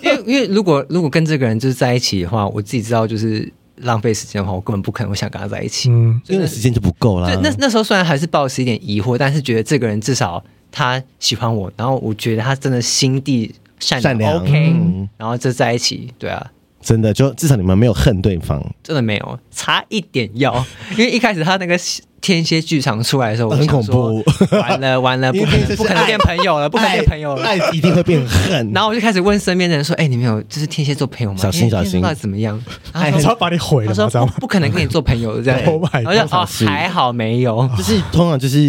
Speaker 3: 因为因为如果如果跟这个人就是在一起的话，我自己知道就是浪费时间的话，我根本不可能会想跟他在一起。
Speaker 1: 嗯，
Speaker 2: 因为时间就不够啦
Speaker 3: 对，。那那时候虽然还是抱持一点疑惑，但是觉得这个人至少他喜欢我，然后我觉得他真的心地善
Speaker 2: 善良
Speaker 3: o k
Speaker 2: 嗯
Speaker 3: 然后就在一起，对啊，
Speaker 2: 真的，就至少你们没有恨对方，
Speaker 3: 真的没有差一点要，因为一开始他那个天蝎剧场出来的时候，我
Speaker 2: 很
Speaker 3: 想说
Speaker 2: 恐怖
Speaker 3: (laughs) 完了完了，
Speaker 2: 因为
Speaker 3: 不可
Speaker 2: 天蝎是
Speaker 3: 能不可能
Speaker 2: 爱
Speaker 3: 变朋友了，不可能
Speaker 2: 爱
Speaker 3: 变朋友了。
Speaker 2: 爱一定会变
Speaker 3: (laughs)
Speaker 2: 恨。
Speaker 3: 然后我就开始问身边的人说：“哎、你们有就是天蝎座朋友吗？
Speaker 2: 小心
Speaker 3: 因为天
Speaker 2: 小
Speaker 3: 蝎
Speaker 2: 心
Speaker 3: 到底怎么
Speaker 2: (laughs)
Speaker 3: 样？”
Speaker 2: 哎
Speaker 3: 然
Speaker 1: 我
Speaker 3: 后
Speaker 1: 超
Speaker 3: 他
Speaker 1: 把你毁
Speaker 3: 他
Speaker 1: 了
Speaker 3: 说
Speaker 1: 嘛，知道
Speaker 3: 不
Speaker 1: 吗？
Speaker 3: 不可能跟你做朋友这样。
Speaker 1: 对 Oh my
Speaker 3: 然后就
Speaker 1: God，
Speaker 3: 哦
Speaker 2: 小心
Speaker 3: 还好没有，
Speaker 2: 就是通常就是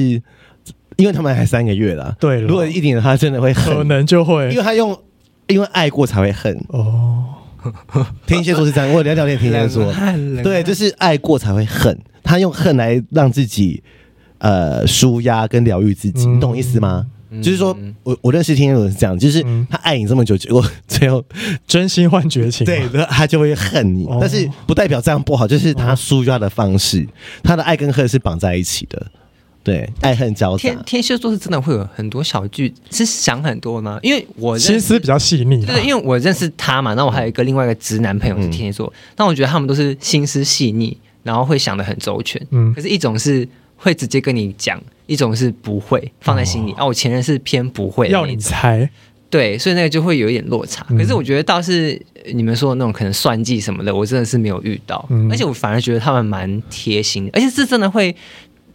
Speaker 2: 因为他们还三个月啦。
Speaker 1: 对了
Speaker 2: 如果一点的话，真的会
Speaker 1: 可
Speaker 2: 恨，
Speaker 1: 能就
Speaker 2: 因
Speaker 1: 会
Speaker 2: 为他用因为爱过才会恨。
Speaker 1: 哦，
Speaker 2: 天蝎座是这样，我有聊聊天天蝎座
Speaker 3: (laughs) 冷，汗冷
Speaker 2: 对，
Speaker 3: 汗
Speaker 2: 就是爱过才会恨，他用恨来让自己呃舒压跟疗愈自己，
Speaker 1: 嗯
Speaker 2: 你懂意思吗？就是说我我认识天蝎座是这样，就是
Speaker 1: 嗯
Speaker 2: 他爱你这么久，结果最后
Speaker 1: 真心换绝情嘛，啊
Speaker 2: 对，然后 (laughs) 他就会恨你
Speaker 1: 哦，
Speaker 2: 但是不代表这样不好，就是他舒压的方式，他的爱跟恨是绑在一起的，对，爱恨交杂
Speaker 3: 天。天蝎座是真的会有很多小剧，是想很多吗？因为我认
Speaker 1: 心思比较细腻啊
Speaker 3: 就
Speaker 1: 嘛，
Speaker 3: 是因为我认识他嘛，那我还有一个另外一个直男朋友是
Speaker 2: 嗯
Speaker 3: 天蝎座，那、我觉得他们都是心思细腻，然后会想的很周全。
Speaker 1: 嗯
Speaker 3: 可是一种是会直接跟你讲，一种是不会放在心里。啊，我前任是偏不会的
Speaker 1: 要
Speaker 3: 那一
Speaker 1: 你
Speaker 3: 种，
Speaker 1: 猜，
Speaker 3: 对，所以那个就会有一点落差。
Speaker 1: 嗯
Speaker 3: 可是我觉得倒是呃你们说的那种可能算计什么的，我真的是没有遇到，
Speaker 1: 嗯
Speaker 3: 而且我反而觉得他们蛮贴心的，而且是真的会。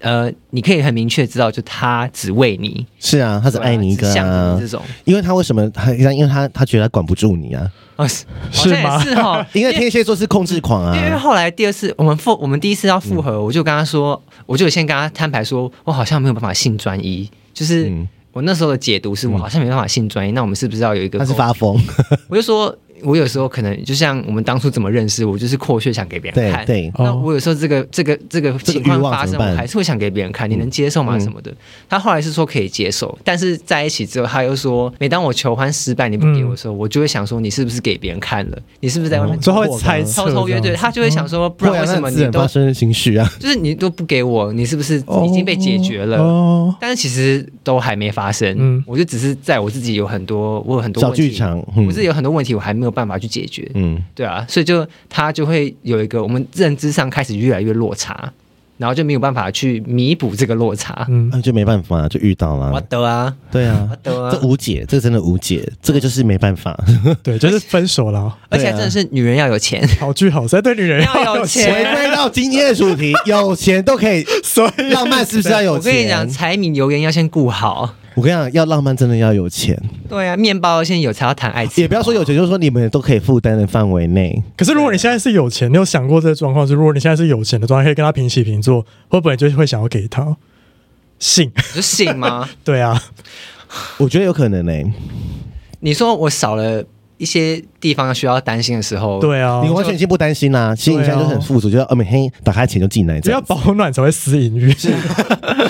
Speaker 3: 呃，你可以很明确知道，就他只为你，
Speaker 2: 是啊，他只爱你一个
Speaker 3: 对啊只想
Speaker 2: 啊
Speaker 3: 你这，种，
Speaker 2: 因为他为什么他因为他他觉得他管不住你啊，
Speaker 3: 哦，是
Speaker 1: 是
Speaker 3: 好像
Speaker 1: 吗
Speaker 3: 也是哦哈，
Speaker 2: 因为天蝎座是控制狂
Speaker 3: 因为
Speaker 2: 啊，
Speaker 3: 后来第二次我们复我们第一次要复
Speaker 2: 嗯
Speaker 3: 合，我就跟他说，我就先跟他摊牌说，我好像没有办法性专一，就是。
Speaker 2: 嗯
Speaker 3: 我那时候的解读是我好像没办法性专一，那我们是不是要有一个
Speaker 2: 他是
Speaker 3: 沟通？
Speaker 2: 发疯，
Speaker 3: 我就说，我有时候可能就像我们当初怎么认识，我就是扩血想给别人
Speaker 2: (laughs) 对
Speaker 3: 看。
Speaker 2: 对
Speaker 3: 那我有时候这个这个这
Speaker 2: 这
Speaker 3: 个
Speaker 2: 个
Speaker 3: 情
Speaker 2: 欲
Speaker 3: 况
Speaker 2: 望
Speaker 3: 发
Speaker 2: 怎
Speaker 3: 生，
Speaker 2: 么办
Speaker 3: 我还是会想给别人看，你能接受吗？
Speaker 2: 嗯
Speaker 3: 什么的。他后来是说可以接受，但是在一起之后，他又说，每当我求欢失败，你不给我的时候，我就会想说，你是不是给别人看了？你是不是在外面
Speaker 2: 嗯哦
Speaker 1: 最后会猜测
Speaker 3: 偷偷约
Speaker 1: 这
Speaker 3: 对？
Speaker 1: 样子
Speaker 3: 他就会想说，不
Speaker 2: 会
Speaker 3: 然
Speaker 2: 啊
Speaker 3: 为什
Speaker 2: 那
Speaker 3: 么
Speaker 2: 自
Speaker 3: 你
Speaker 2: 然哦
Speaker 3: 都
Speaker 2: 发生的情绪啊，
Speaker 3: 就是你都不给我，你是不是已经被解决了？
Speaker 1: 哦，
Speaker 3: 但是其实都还没发生，
Speaker 1: 嗯
Speaker 3: 我就只是在我自己有很多，我有很多
Speaker 2: 小
Speaker 3: 问题
Speaker 2: 剧场，嗯
Speaker 3: 我自己有很多问题，我还没有办法去解决，
Speaker 2: 嗯，
Speaker 3: 对啊，所以就他就会有一个我们认知上开始越来越落差，然后就没有办法去弥补这个落差。
Speaker 1: 嗯
Speaker 2: 那就没办法，就遇到
Speaker 3: 我
Speaker 2: 了，
Speaker 3: 的啊，
Speaker 2: 对啊
Speaker 3: 我，的啊
Speaker 2: 这，无解，这真的无解，这个就是没办法，
Speaker 1: 对，就是分手
Speaker 3: (laughs)
Speaker 1: 了，
Speaker 3: 而且
Speaker 2: 对啊
Speaker 3: 真的是女人要有钱，
Speaker 1: 好聚好散，对女人
Speaker 3: 要有
Speaker 1: 有
Speaker 3: 钱
Speaker 2: 回归到今天的主 (laughs) 题，有钱都可以，
Speaker 1: 所以
Speaker 2: 浪漫是不是 (laughs) 要有
Speaker 3: 我
Speaker 2: 钱？
Speaker 3: 跟你讲，柴米油盐要先顾好，
Speaker 2: 我跟你讲，要浪漫真的要有钱，
Speaker 3: 对啊，面包要先有才要谈爱情，
Speaker 2: 也不要说有钱，就是说你们都可以负担的范围内。
Speaker 1: (laughs) 可是如果你现在是有钱，你有想过这个状况？是如果你现在是有钱的状态，可以跟他平起平坐，会不会就会想要给他信？
Speaker 3: (laughs)
Speaker 1: (laughs)
Speaker 3: 你就信吗？
Speaker 1: 对啊，
Speaker 2: 我觉得有可能欸呢、
Speaker 3: 你说我少了一些地方需要担心的时候，
Speaker 1: 对啊
Speaker 2: 你，完全已经不担心啦、啊心里现在就是很富足，就要哦每天打开钱就进来
Speaker 1: 只
Speaker 2: 这
Speaker 1: 要
Speaker 2: 样子。
Speaker 1: 保暖才会私隐
Speaker 2: (laughs)
Speaker 1: 欲，是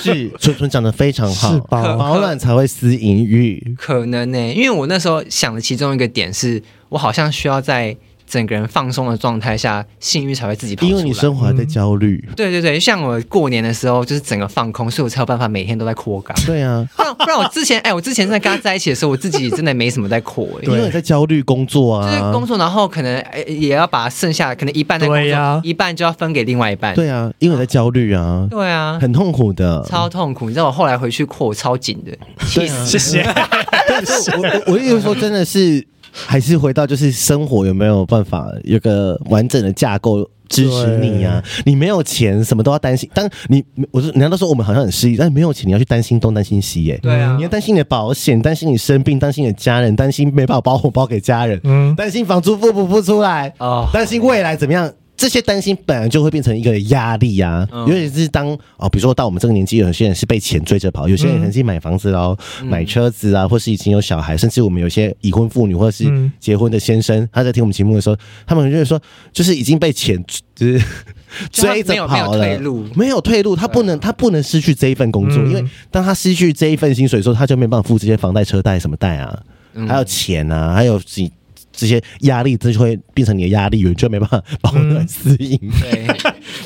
Speaker 2: 是纯纯讲的非常好，
Speaker 1: 吧？
Speaker 2: 保暖才会思淫欲。
Speaker 3: 可能呢、因为我那时候想的其中一个点是，我好像需要在整个人放松的状态下，性欲才会自己跑出
Speaker 2: 因
Speaker 3: 来。
Speaker 2: 为你生活还在焦虑，
Speaker 3: 对对对，像我过年的时候就是整个放空，所以我才有办法每天都在
Speaker 2: (laughs)
Speaker 3: 扩肛。
Speaker 2: 对啊，
Speaker 3: 不然不然我之前哎、我之前在跟他在一起的时候，我自己真的没什么在扩、哎
Speaker 2: 因为你在焦虑工作
Speaker 3: 就是
Speaker 2: 啊，
Speaker 3: 工作，然后可能哎也要把剩下的可能一半在工
Speaker 1: 对
Speaker 3: 作，
Speaker 1: 呀
Speaker 3: 一半就要分给另外一半。
Speaker 2: 对啊，因为你在焦虑啊，
Speaker 3: 对啊，
Speaker 2: 很痛苦的。
Speaker 3: 超痛苦。你知道我后来回去扩，我超紧的，气死。
Speaker 1: 谢谢。
Speaker 2: 啊我我我意思说，真的是还是回到就是生活有没有办法有个完整的架构支持你呀、啊？你没有钱，什么都要担心。但你我说，难道说我们好像很失意？但是没有钱，你要去担心东担心西耶、
Speaker 3: 对啊
Speaker 2: 你要，担心你的保险，担心你生病，担心你的家人，担心没办法包红包给家人，
Speaker 1: (laughs) 嗯，
Speaker 2: 担心房租付不付出来，
Speaker 3: 哦
Speaker 2: 担心未来怎么样。这些担心本来就会变成一个压力呀、
Speaker 3: 嗯
Speaker 2: 尤其是当哦，比如说到我们这个年纪，有些人是被钱追着跑，有些人
Speaker 1: 嗯
Speaker 2: 可能是买房子喽、
Speaker 3: 嗯
Speaker 2: 买车子啊，或是已经有小孩，甚至我们有些已婚妇女或者是
Speaker 1: 嗯
Speaker 2: 结婚的先生，他在听我们节目的时候，他们就是说，就是已经被钱就是 (laughs)
Speaker 3: 就他没
Speaker 2: 追
Speaker 3: 有
Speaker 2: 着跑了，
Speaker 3: 没有退路
Speaker 2: 没有退路，他不能他不能失去这一份工作，
Speaker 1: 嗯
Speaker 2: 因为当他失去这
Speaker 1: 嗯
Speaker 2: 一份薪水的时候，他就没办法付这些房贷、车贷什么贷啊，还有钱啊，还有自己这些压力，这就会变成你的压力源，就没办法保暖思淫。
Speaker 3: 对，。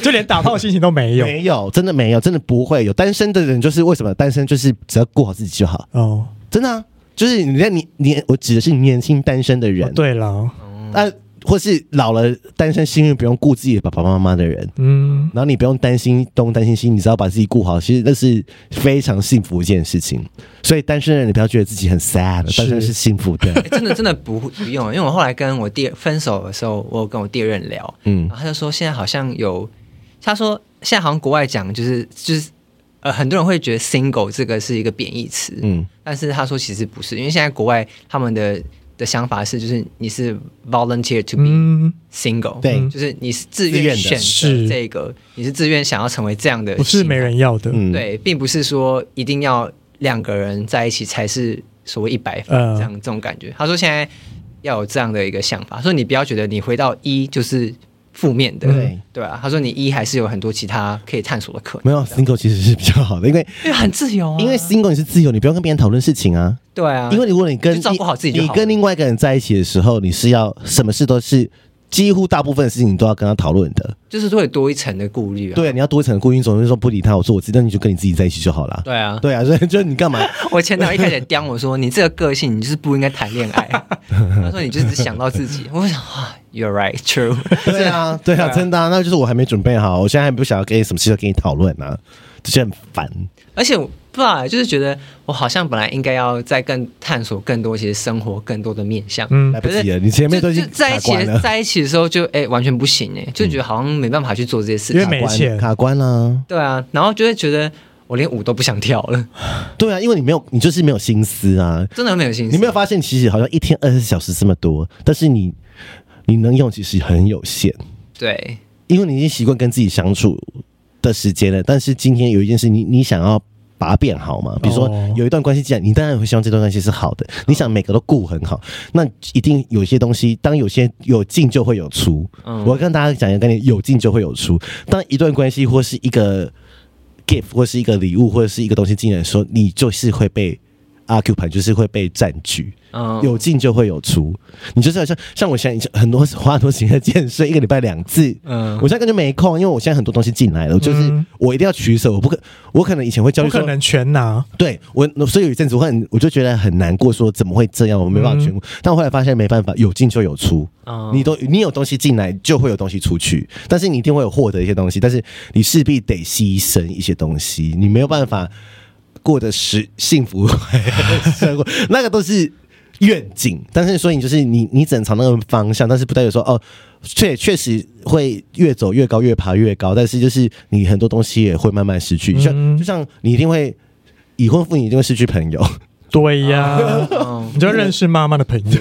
Speaker 1: 就连打炮的心情都没有
Speaker 2: (laughs) 没有，真的没有，真的不会有。单身的人就是为什么单身，就是只要顾好自己就好，
Speaker 1: 哦。
Speaker 2: 真的啊。就是你在你你，我指的是年轻单身的人，
Speaker 1: 哦对了，
Speaker 2: 啊，或是老了单身，幸运不用顾自己的爸爸妈妈的人，
Speaker 1: 嗯，
Speaker 2: 然后你不用担心东担心西，你只要把自己顾好，其实那是非常幸福一件事情。所以单身的人，你不要觉得自己很 sad，
Speaker 1: 是
Speaker 2: 单身是幸福的
Speaker 3: 哎真的真的不不用，啊因为我后来跟我第分手的时候，我有跟我第二任聊，
Speaker 2: 嗯
Speaker 3: 然后他就说现在好像有，他说现在好像国外讲就是就是呃很多人会觉得 single 这个是一个贬义词，
Speaker 2: 嗯，
Speaker 3: 但是他说其实不是，因为现在国外他们的的想法是就是你是 volunteer to be
Speaker 1: 嗯，
Speaker 3: single，、
Speaker 2: 对
Speaker 3: 就是你是自
Speaker 2: 自愿
Speaker 3: 愿
Speaker 2: 的
Speaker 3: 选
Speaker 1: 是
Speaker 3: 择这个，你是自愿想要成为这样的，
Speaker 1: 不是没人要的，
Speaker 2: 嗯，
Speaker 3: 对，并不是说一定要两个人在一起才是所谓一百分
Speaker 1: 嗯
Speaker 3: 这样、这种感觉。他说现在要有这样的一个想法，说你不要觉得你回到一就是负面的，
Speaker 2: 对
Speaker 3: 对啊。他说你一还是有很多其他可以探索的可
Speaker 2: 嗯
Speaker 3: 能，
Speaker 2: 没有 single 其实是比较好的，因为
Speaker 3: 因为很自由啊，
Speaker 2: 因为 single 你是自由，你不用跟别人讨论事情啊。
Speaker 3: 对啊，
Speaker 2: 因为如果你跟
Speaker 3: 就照顾好自己就
Speaker 2: 你
Speaker 3: 好
Speaker 2: 你跟另外一个人在一起的时候，你是要什么事都是几乎大部分的事情你都要跟他讨论的。
Speaker 3: 就是会有多一层的顾虑啊，
Speaker 2: 对，你要多一层的顾虑，你总是说不理他，我说我知道，你就跟你自己在一起就好了。
Speaker 3: 对啊。
Speaker 2: 对啊，所以就你干嘛？
Speaker 3: 我前男友一开始刁我说：“你这个个性，你就是不应该谈恋爱。” (laughs) 他说：“你就是只想到自己。”我想啊，You're right, true。
Speaker 2: (laughs) 对啊，对啊，真的啊，那就是我还没准备好，我现在还不想要跟你什么事都跟你讨论啊，就是很烦。
Speaker 3: 而且我不知道欸，就是觉得我好像本来应该要再更探索更多一些生活更多的面向。
Speaker 1: 嗯
Speaker 2: 来不及了，你前面都
Speaker 3: 就
Speaker 2: 已
Speaker 3: 就
Speaker 2: 经
Speaker 3: 在
Speaker 2: 卡
Speaker 3: 一起
Speaker 2: 关了，嗯
Speaker 3: 在一起的时候就哎、完全不行哎、就觉得好像没办法去做这些事
Speaker 1: 因为
Speaker 3: 情。
Speaker 1: 没
Speaker 2: 关
Speaker 1: 钱，
Speaker 2: 卡关啦。
Speaker 3: 对啊，然后就会觉得我连舞都不想跳了， (laughs)
Speaker 2: 对啊，因为你没有，你就是没有心思啊，
Speaker 3: 真的很没有信心。
Speaker 2: 你没有发现其实好像一天二十四小时这么多，但是你你能用其实很有限，
Speaker 3: 对
Speaker 2: 因为你已经习惯跟自己相处的时间了。但是今天有一件事你，你想要。把它变好嘛？比如说
Speaker 1: 哦
Speaker 2: 有一段关系，既然你当然会希望这段关系是好的，
Speaker 3: 哦
Speaker 2: 你想每个都顾很好，那一定有些东西，当有些有进就会有出。
Speaker 3: 嗯
Speaker 2: 我要跟大家讲一个概念，有进就会有出。当一段关系或是一个 gift 或是一个礼物或者是一个东西进来的时候，你就是会被 occupy，就是会被占据。
Speaker 3: 嗯
Speaker 2: 有进就会有出，你就是好像像我现在很多花很多时间在健身，一个礼拜两次。
Speaker 3: 嗯
Speaker 2: 我现在根本就没空，因为我现在很多东西进来了，就是
Speaker 1: 嗯
Speaker 2: 我一定要取舍，我不可，我可能以前会焦
Speaker 1: 不
Speaker 2: 虑说
Speaker 1: 可，能全拿，
Speaker 2: 对我，所以有一阵子我很，我就觉得很难过，说怎么会这样，我没办法全部。但我后来发现没办法，有进就有出，
Speaker 3: 嗯
Speaker 2: 你都你有东西进来，就会有东西出去，但是你一定会有获得一些东西，但是你势必得牺牲一些东西，你没有办法过得实幸福生活，那个都是愿景。但是所以你就是你你整朝那个方向，但是不代表说哦，确确实会越走越高，越爬越高，但是就是你很多东西也会慢慢失去，就像
Speaker 1: 嗯
Speaker 2: 就像你一定会。已婚妇女一定会失去朋友， (laughs)
Speaker 1: 对呀，
Speaker 3: 嗯
Speaker 1: 你就认识妈妈的朋
Speaker 2: (laughs)
Speaker 1: 友，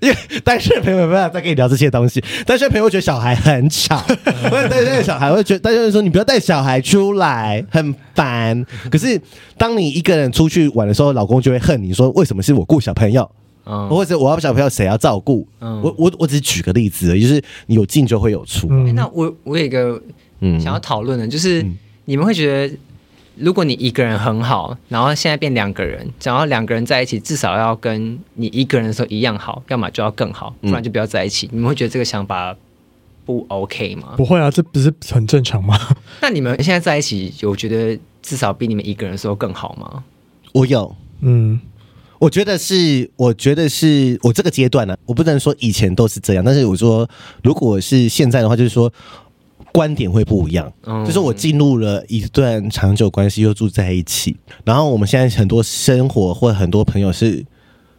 Speaker 2: 因为单身朋友没办法再跟你聊这些东西。单身朋友会觉得小孩很
Speaker 3: (laughs)
Speaker 2: 吵，单身的小孩会觉得，单身人说你不要带小孩出来，很烦。可是当你一个人出去玩的时候，老公就会恨你说为什么是我顾小朋友，
Speaker 3: 嗯
Speaker 2: 或者我要小朋友谁要照顾？
Speaker 3: 嗯
Speaker 2: 我我我只是举个例子而已，就是你有进就会有出。
Speaker 3: 欸
Speaker 1: 嗯
Speaker 3: 那我我有一个
Speaker 2: 嗯
Speaker 3: 想要讨论的，就是你们会觉得，如果你一个人很好，然后现在变两个人，然后两个人在一起，至少要跟你一个人的时候一样好，要么就要更好，不
Speaker 2: 嗯
Speaker 3: 然就不要在一起。你们会觉得这个想法不 OK 吗？
Speaker 1: 不会啊，这不是很正常吗？
Speaker 3: 那你们现在在一起，有觉得至少比你们一个人的时候更好吗？
Speaker 2: 我有，
Speaker 1: 嗯，
Speaker 2: 我觉得是，我觉得是我这个阶段呢、啊我不能说以前都是这样，但是我说，如果是现在的话，就是说观点会不一样。
Speaker 3: 嗯
Speaker 2: 就是我进入了一段长久关系，又住在一起，然后我们现在很多生活或很多朋友是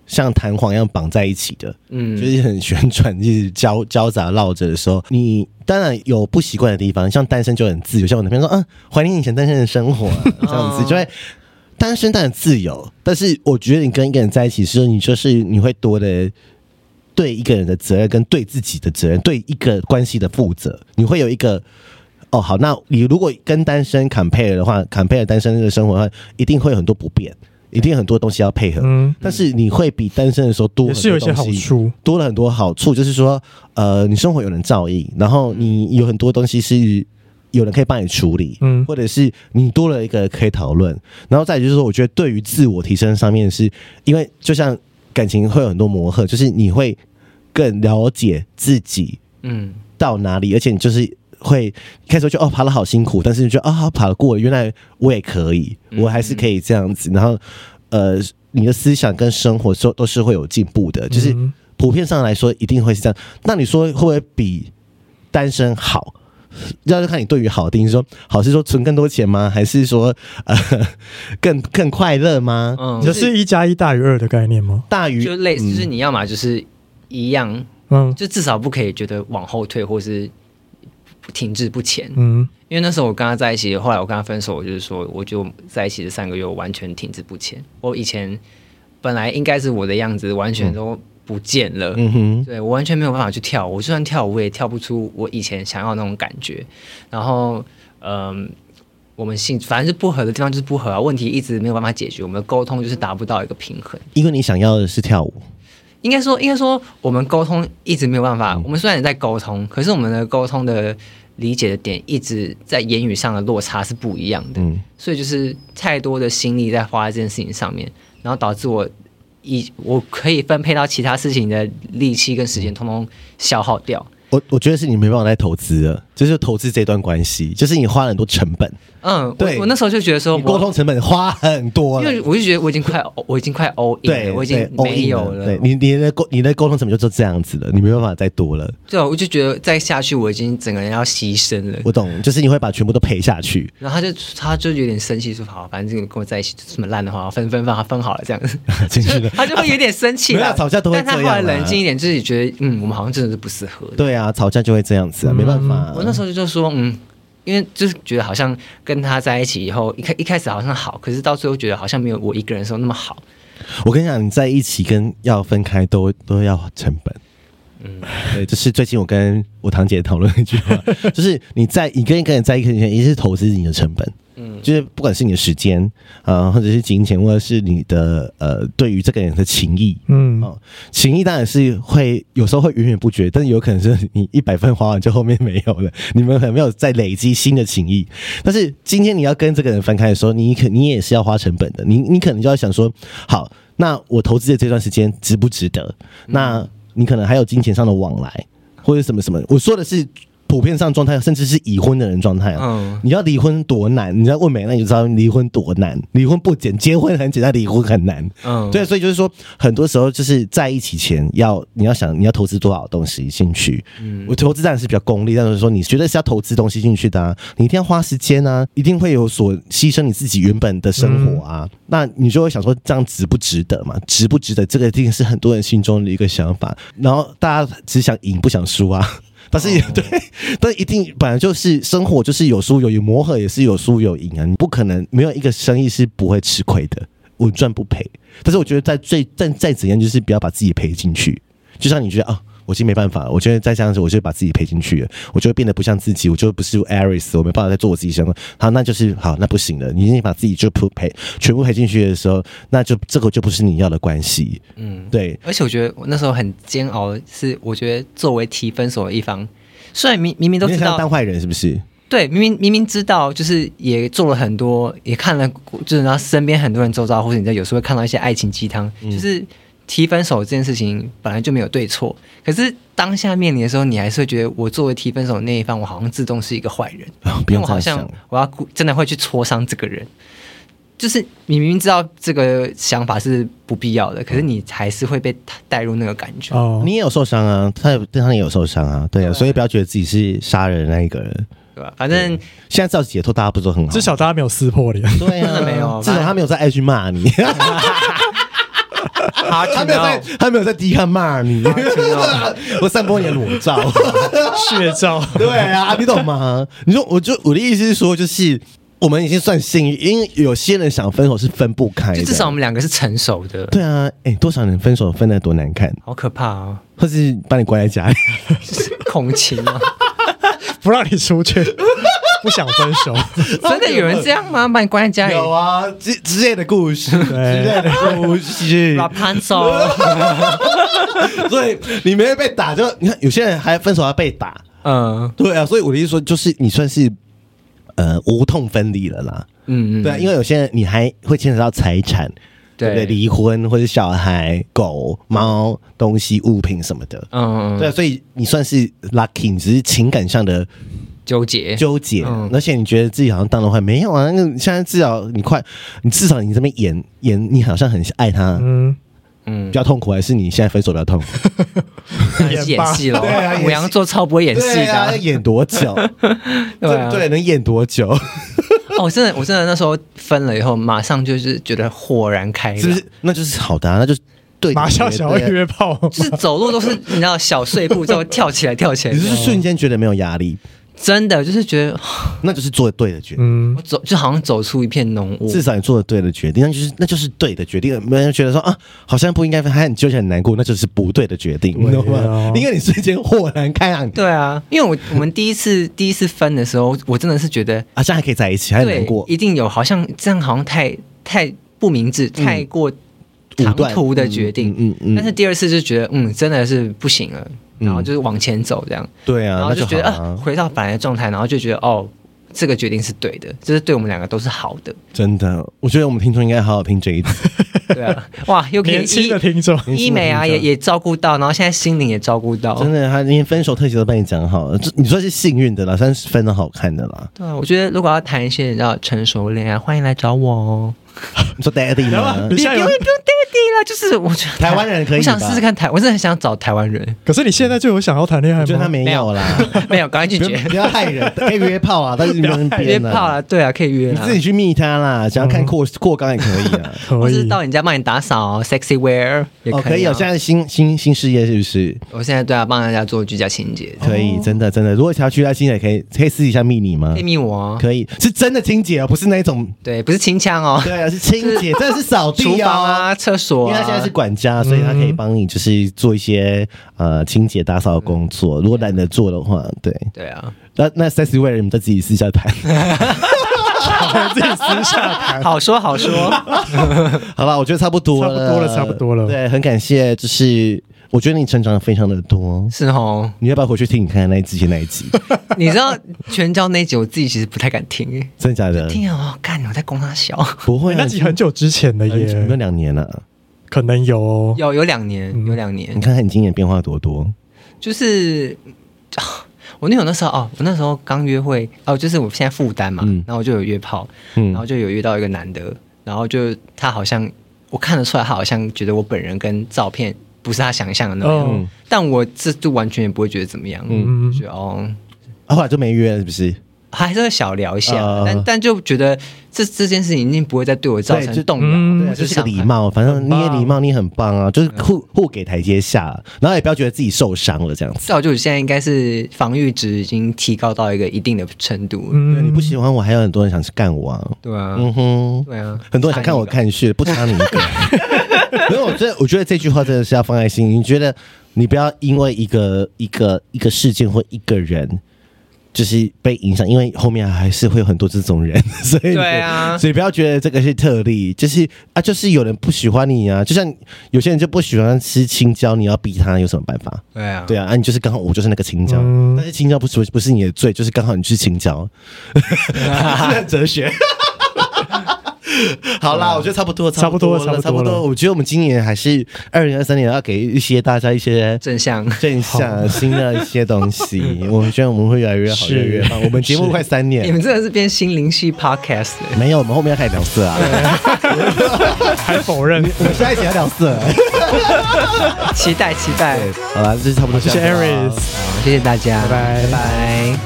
Speaker 2: 像弹簧一样绑在一起的，
Speaker 3: 嗯，
Speaker 2: 就是很旋转，一直交交杂绕着的时候，你当然有不习惯的地方，像单身就很自由，像我男朋友说，嗯，怀念以前单身的生活、啊，这
Speaker 1: 哦
Speaker 2: 样子就会。单身当然自由，但是我觉得你跟一个人在一起的时候，你就是你会多的对一个人的责任，跟对自己的责任，对一个关系的负责，你会有一个哦，好，那你如果跟单身 compare 的话，compare 单身的生活的话，一定会有很多不便，一定有很多东西要配合，
Speaker 1: 嗯
Speaker 2: 但是你会比单身的时候多
Speaker 1: 也
Speaker 2: 很
Speaker 1: 是有
Speaker 2: 多
Speaker 1: 一些好
Speaker 2: 东西。
Speaker 1: 处，
Speaker 2: 多了很多好处，就是说，呃，你生活有人照应，然后你有很多东西是有人可以帮你处理，
Speaker 1: 嗯
Speaker 2: 或者是你多了一个可以讨论，然后再来就是说，我觉得对于自我提升上面是，因为就像感情会有很多磨合，就是你会更了解自己
Speaker 5: 嗯，
Speaker 2: 到哪里，而且你就是会一开始会觉得哦爬了好辛苦，但是你觉得啊、爬得过了，原来我也可以，我还是可以这样子。然后呃，你的思想跟生活都都是会有进步的，就是
Speaker 1: 嗯
Speaker 2: 普遍上来说一定会是这样。那你说会不会比单身好？要是看你对于好的定义，说好是说存更多钱吗？还是说呃 (laughs) 更更快乐吗？
Speaker 5: 嗯
Speaker 1: 这是一加一大于二的概念吗？
Speaker 2: 大于
Speaker 3: 就类
Speaker 2: 嗯
Speaker 3: 似，就是你要嘛就是一样，
Speaker 1: 嗯
Speaker 3: 就至少不可以觉得往后退或是停滞不前。
Speaker 1: 嗯
Speaker 3: 因为那时候我跟他在一起，后来我跟他分手，我就是说，我就在一起的三个月，我完全停滞不前。我以前本来应该是我的样子，完全都不见了。
Speaker 2: 嗯哼，
Speaker 3: 对我完全没有办法去跳，我就算跳舞，我也跳不出我以前想要那种感觉。然后，嗯，我们性反正是不合的地方就是不合啊，问题一直没有办法解决，我们的沟通就是达不到一个平衡。
Speaker 2: 因为你想要的是跳舞，
Speaker 3: 应该说，应该说，我们沟通一直没有办法。
Speaker 2: 嗯
Speaker 3: 我们虽然也在沟通，可是我们的沟通的理解的点一直在言语上的落差是不一样的。
Speaker 2: 嗯，
Speaker 3: 所以就是太多的心力在花在这件事情上面，然后导致我以我可以分配到其他事情的力气跟
Speaker 2: 嗯
Speaker 3: 时间，通通消耗掉。
Speaker 2: 我我觉得是你没办法再投资了，就是投资这段关系，就是你花了很多成本，
Speaker 3: 嗯，
Speaker 2: 对
Speaker 3: 我我那时候就觉得说
Speaker 2: 你沟
Speaker 3: 我，
Speaker 2: 通成本花很多
Speaker 3: 因
Speaker 2: 了
Speaker 3: 为。我就觉得我已经快，我已经快 all in
Speaker 2: 对，
Speaker 3: 了，我已经
Speaker 2: 对 all in
Speaker 3: 没有
Speaker 2: 了。
Speaker 3: 了。
Speaker 2: 对你，你的沟你的沟通成本就这样子了，你没办法再多了。
Speaker 3: 对，啊我就觉得再下去我已经整个人要牺牲了。
Speaker 2: 我懂，就是你会把全部都赔下去。
Speaker 3: 然后他就他就有点生气说好，反正这个跟我在一起就是这么烂的话，分分吧，分好了这样子，
Speaker 2: 真 (laughs) 是的
Speaker 3: (laughs) 他 (laughs) 就会有点生气
Speaker 2: 没有
Speaker 3: 啦。
Speaker 2: 啊吵架都会
Speaker 3: 但他
Speaker 2: 这
Speaker 3: 后
Speaker 2: 样啊
Speaker 3: 来冷静一点，自己觉得嗯，我们好像真的是不适合的。
Speaker 2: 对啊，吵架就会这样子啊，没办法啊。
Speaker 3: 嗯我那时候就说，嗯，因为就是觉得好像跟他在一起以后，一开一开始好像好，可是到最后觉得好像没有我一个人的时候那么好。
Speaker 2: 我跟你讲，你在一起跟要分开都都要成本。嗯，对，就是最近我跟我堂姐讨论一 (laughs) 句话，就是你在你跟一个人在一起之前，一定是投资你的成本，嗯，就是不管是你的时间，呃，或者是金钱，或者是你的呃对于这个人的情谊，
Speaker 1: 嗯，
Speaker 2: 哦，情谊当然是会有时候会源源不绝，但是有可能是你一百分花完就后面没有了，你们可能没有再累积新的情谊。但是今天你要跟这个人分开的时候，你可你也是要花成本的，你你可能就要想说，好，那我投资的这段时间值不值得？那你可能还有金钱上的往来或者什么什么。我说的是普遍上状态，甚至是已婚的人状态啊。
Speaker 3: 嗯，
Speaker 2: 你要离婚多难？你要问美娜，你就知道离婚多难。离婚不简，结婚很简单，离婚很难。
Speaker 3: 嗯
Speaker 2: 对，所以就是说，很多时候就是在一起前要你要想你要投资多少东西进去。我投资当然是比较功利，但是说你绝对是要投资东西进去的啊，你一定要花时间啊，一定会有所牺牲你自己原本的生活啊。那你就会想说，这样值不值得嘛？值不值得？这个一定是很多人心中的一个想法。然后大家只想赢不想输啊。但是、对，但一定本来就是生活，就是有输有赢，磨合也是有输有赢啊。你不可能没有一个生意是不会吃亏的，稳赚不赔。但是我觉得在最但再怎样，就是不要把自己赔进去。就像你觉得啊，我已经没办法了，我觉得再这样子，我就把自己赔进去了，我就会变得不像自己，我就不是 Aris，我没办法再做我自己相关。好，那就是好，那不行了，你已经把自己就铺赔全部赔进去的时候，那就这个就不是你要的关系。嗯，对，
Speaker 3: 而且我觉得我那时候很煎熬，的是我觉得作为提分手的一方，虽然明明明都
Speaker 2: 你
Speaker 3: 知
Speaker 2: 想要
Speaker 3: 道
Speaker 2: 当坏人是不是？
Speaker 3: 对，明明明明知道，就是也做了很多，也看了，就是然后身边很多人周遭，或者你在有时候会看到一些爱情鸡汤，
Speaker 2: 嗯
Speaker 3: 就是提分手这件事情本来就没有对错，可是当下面临的时候，你还是会觉得我作为提分手的那一方，我好像自动是一个坏人，
Speaker 2: 啊不
Speaker 3: 因
Speaker 2: 用
Speaker 3: 为
Speaker 2: 这
Speaker 3: 我好
Speaker 2: 样
Speaker 3: 像
Speaker 2: 想。
Speaker 3: 我要故真的会去戳伤这个人。就是你明明知道这个想法是不必要的，可是你还是会被带入那个感觉。
Speaker 1: 哦，
Speaker 2: 你也有受伤啊，他也对他也有受伤啊，对啊，所以不要觉得自己是杀人的那一个人。
Speaker 3: 对吧？反正
Speaker 2: 现在知道解脱，大家不是都很好？
Speaker 1: 至少大家没有撕破脸。
Speaker 2: 对啊
Speaker 3: 真的没有哎
Speaker 2: 至少他没有在 IG 骂你， (laughs) 他没有在，他没有在 D 看骂你， (laughs) 我散播你的裸照。 (laughs)
Speaker 1: 血照，
Speaker 2: 对啊，你懂吗？你说，我就我的意思是说，就是我们已经算幸运，因为有些人想分手是分不开的，
Speaker 3: 就至少我们两个是成熟的，
Speaker 2: 对啊，哎、多少人分手分的多难看，
Speaker 3: 好可怕哦，
Speaker 2: 或是把你关在家里。
Speaker 3: 恐情啊！
Speaker 1: (laughs) 不让你出去， (laughs) 不想分手。
Speaker 3: (laughs) 真的有人这样吗？把你关在家里？
Speaker 2: 有啊，之之类的故
Speaker 3: (laughs)
Speaker 2: 事，之类的故 (laughs) 事
Speaker 3: Rapunzel，
Speaker 2: 所以你没有被打就，你看有些人还分手还被打，
Speaker 3: 嗯
Speaker 2: 对啊，所以我的意思说，就是你算是呃无痛分离了啦，
Speaker 3: 嗯嗯，
Speaker 2: 对啊，因为有些人你还会牵扯到财产，对不对？
Speaker 3: 对
Speaker 2: 离婚或者小孩、狗、猫、东西、物品什么的。
Speaker 3: 嗯，
Speaker 2: 对，所以你算是 lucky，你只是情感上的
Speaker 3: 纠结，
Speaker 2: 纠结，
Speaker 3: 嗯
Speaker 2: 而且你觉得自己好像当了坏，没有啊？那个现在至少你快，你至少你这边演演，你好像很爱他，
Speaker 1: 嗯，
Speaker 3: 嗯
Speaker 2: 比，较痛苦，还是你现在分手比较痛苦？
Speaker 3: 当然是演戏了哦
Speaker 2: 对啊演。戏
Speaker 3: 母羊座超不会演戏
Speaker 2: 对
Speaker 3: 的
Speaker 2: 啊，
Speaker 3: 啊
Speaker 2: 要，演多久？
Speaker 3: 对啊
Speaker 2: 对，能演多久？
Speaker 3: 哦，我真的，我真的那时候分了以后，马上就是觉得豁然开朗，
Speaker 2: 是不是？那就是好的、啊，那就是对。
Speaker 1: 马上想要
Speaker 2: 对啊
Speaker 1: 约炮，
Speaker 3: 就是走路都
Speaker 2: (laughs)
Speaker 3: 是你知道小碎步，之后跳起来跳起来
Speaker 2: 你，是瞬间觉得没有压力，
Speaker 3: 真的就是觉得 (sighs)
Speaker 2: 那就是做对的决定。
Speaker 1: 嗯
Speaker 3: 我，走就好像走出一片浓雾
Speaker 2: 至。少你做了对的决定，那就是那就是对的决定。没人觉得说啊，好像不应该分，还很纠结很难过，那就是不对的决定，你
Speaker 1: 对啊
Speaker 2: 懂吗？因为你瞬间豁然开朗，
Speaker 3: 对啊，因为我我们第一次第一次分的时候，我真的是觉得
Speaker 2: 啊，这样还可以在一起，还很难
Speaker 3: 对
Speaker 2: 过，，
Speaker 3: 一定有好像这样好像太太不明智，太过唐
Speaker 2: 段
Speaker 3: 突的决定。
Speaker 2: 嗯嗯嗯嗯
Speaker 3: 但是第二次就觉得嗯，真的是不行了，然后就是往前走这样，
Speaker 2: 对啊，
Speaker 3: 然后
Speaker 2: 那
Speaker 3: 就
Speaker 2: 就
Speaker 3: 觉得、
Speaker 2: 好
Speaker 3: 啊，
Speaker 2: 啊，
Speaker 3: 回到本来的状态，然后就觉得哦，这个决定是对的，这是对我们两个都是好的。 (laughs)
Speaker 2: 真的，我觉得我们听众应该好好听这一集。
Speaker 3: 对啊，哇，又可以
Speaker 1: 年轻的
Speaker 3: 医
Speaker 1: 听众，
Speaker 2: 年轻的
Speaker 3: 医美啊，
Speaker 2: 听
Speaker 3: 也
Speaker 2: 众
Speaker 3: 也照顾到，然后现在心灵也照顾到，
Speaker 2: 真的，他连分手特辑都帮你讲好了，这你算是幸运的啦，算是分的好看的啦。
Speaker 3: 对啊，我觉得如果要谈一些你知道成熟恋爱，欢迎来找我哦。
Speaker 2: 你说
Speaker 3: (laughs)
Speaker 2: Daddy
Speaker 1: 然后
Speaker 2: 吗
Speaker 1: 你？
Speaker 3: 你
Speaker 1: 现
Speaker 3: 不
Speaker 1: 在
Speaker 3: 用
Speaker 1: 有
Speaker 3: 不，用 daddy 啦，就是我觉得
Speaker 2: 台湾人可以
Speaker 3: 我想
Speaker 2: 吧
Speaker 3: 试试看台，我真的很想找台湾人， (laughs)
Speaker 1: 可是你现在就有想要谈恋爱
Speaker 2: 我觉得他
Speaker 1: 吗？
Speaker 2: 没有啦，
Speaker 3: 没有，赶快拒
Speaker 2: 不要
Speaker 3: 绝，
Speaker 2: 不要害人，可以约炮啊，但是你不能
Speaker 3: 约
Speaker 2: 编
Speaker 3: 炮
Speaker 2: 啦，
Speaker 3: 啦，对啊，嗯可以约
Speaker 2: 你
Speaker 3: 啦
Speaker 2: 自。己去密他啦，想要看扩扩肛也可以啊。
Speaker 1: 可
Speaker 3: 或是
Speaker 1: 以，
Speaker 3: 到你家帮你打扫，sexy wear (laughs) 也
Speaker 2: 哦，可
Speaker 3: 以
Speaker 2: 以
Speaker 3: 啊。
Speaker 2: 哦，现在新新新事业是不是？
Speaker 3: 我现在对啊，帮大家做居家清洁，
Speaker 2: 可以，真的真的，如果想要去他新也可以，可以私底下密你吗
Speaker 3: 哦可以？密我哦。
Speaker 2: 可以，是真的清洁哦，不是那
Speaker 3: (laughs)
Speaker 2: 种。
Speaker 3: 对，不是清腔哦，
Speaker 2: 对啊，是清洁，真的是扫地哦
Speaker 3: 厨房啊，厕
Speaker 2: 因
Speaker 3: 所
Speaker 2: 为
Speaker 3: 啊，
Speaker 2: 他现在是管家，所以他可以帮你就是做一些呃清洁打扫的工
Speaker 3: 嗯
Speaker 2: 作。如果懒得做的话，对，
Speaker 3: 对啊，
Speaker 2: 那那 sexy 为了你们再自己私下谈。
Speaker 1: 自己私下谈。
Speaker 3: 好说好
Speaker 2: (laughs)
Speaker 3: 说。
Speaker 2: 好了，我觉得差不多了，
Speaker 1: 差不多了差不多了
Speaker 2: 对，很感谢，就是我觉得你成长得非常的多。
Speaker 3: 是哦，
Speaker 2: 你要不要回去听你看看那一集前那
Speaker 1: (laughs)
Speaker 2: 一集？
Speaker 3: 你知道全教那一集我自己其实不太敢听耶，
Speaker 2: 真的假的？
Speaker 3: 听啊，干我在攻他小，
Speaker 2: 不会、啊，
Speaker 1: 哎那集很久之前的
Speaker 2: 很久有没有
Speaker 1: 耶，
Speaker 2: 两年了、啊？
Speaker 1: 可能有哦。
Speaker 3: 有有两年，
Speaker 2: 嗯
Speaker 3: 有两年
Speaker 2: 你，看看你今年变化多多，
Speaker 3: 就是。我那有那时候哦，我那时候刚约会哦，就是我现在负担嘛，
Speaker 2: 嗯
Speaker 3: 然后我就有约炮，
Speaker 2: 嗯
Speaker 3: 然后就有约到一个男的，然后就他好像我看得出来，他好像觉得我本人跟照片不是他想象的那
Speaker 2: 哦
Speaker 3: 样，
Speaker 1: 嗯
Speaker 3: 但我这就完全也不会觉得怎么样，
Speaker 1: 嗯
Speaker 3: 嗯，就觉得哦，
Speaker 2: 啊、后来就没约了，是不是？
Speaker 3: 还是会小聊一下，
Speaker 2: 呃
Speaker 3: 但但就觉得这这件事情一定不会再对我造
Speaker 2: 对就
Speaker 3: 成动摇，
Speaker 1: 嗯
Speaker 2: 对啊，
Speaker 3: 我
Speaker 2: 就
Speaker 3: 就是
Speaker 2: 个
Speaker 3: 想
Speaker 2: 礼貌，反正你也礼貌，你也很棒啊，就是互互给台阶下，然后也不要觉得自己受伤了这样子。
Speaker 3: 至少就现在应该是防御值已经提高到一个一定的程度了，
Speaker 1: 嗯，
Speaker 2: 你不喜欢我，还有很多人想去干我啊。
Speaker 3: 对啊，
Speaker 2: 嗯哼，
Speaker 3: 对啊，
Speaker 2: 很多人想看我看血，不差你一
Speaker 3: (laughs)
Speaker 2: 个。没有，我觉得我觉得这句话真的是要放在心里。你觉得你不要因为一个一个一个事件或一个人，就是被影响，因为后面还是会有很多这种人， (laughs) 所以你
Speaker 3: 对啊
Speaker 2: 所以不要觉得这个是特例，就是啊，就是有人不喜欢你啊，就像有些人就不喜欢吃青椒，你要逼他有什么办法？
Speaker 3: 对啊，
Speaker 2: 对啊，啊，你就是刚好我就是那个青椒，
Speaker 1: 嗯
Speaker 2: 但是青椒不是不是你的罪，就是刚好你是
Speaker 1: (laughs)
Speaker 2: 青椒，是很哲学。好啦，我觉得差不多，
Speaker 1: 啊差不多
Speaker 2: 了差
Speaker 1: 差不多了
Speaker 2: 我觉得我们今年还是二零二三年要给一些大家一些
Speaker 3: 正向， (laughs)
Speaker 2: 正向 (laughs) 新的一些东西。我觉得我们会越来越好，
Speaker 1: 是
Speaker 2: 越来越棒。我们节目
Speaker 1: 是
Speaker 2: 快三
Speaker 3: 你
Speaker 2: 年，
Speaker 3: 们真的是变心灵系 podcast，欸
Speaker 2: 没有，我们后面要开始聊色啊，
Speaker 1: 嗯还否认？
Speaker 2: (laughs) 我们下一集要聊色。
Speaker 3: 期待期待，
Speaker 2: 好啦，这差不多这
Speaker 1: 谢
Speaker 2: 样
Speaker 1: 谢
Speaker 2: 子啊，
Speaker 1: Aris，
Speaker 3: 好，谢谢大家，
Speaker 1: 拜
Speaker 3: 拜拜。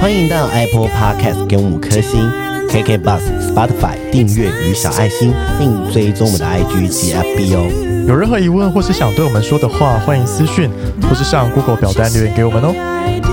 Speaker 2: 欢迎到 Apple Podcast 给我们五颗星，KK Bus、Spotify 订阅与小爱心，并追踪我们的 IG 及 FB 哦。
Speaker 1: 有任何疑问或是想对我们说的话，欢迎私讯或是上 Google 表单留言给我们哦。
Speaker 6: Idea.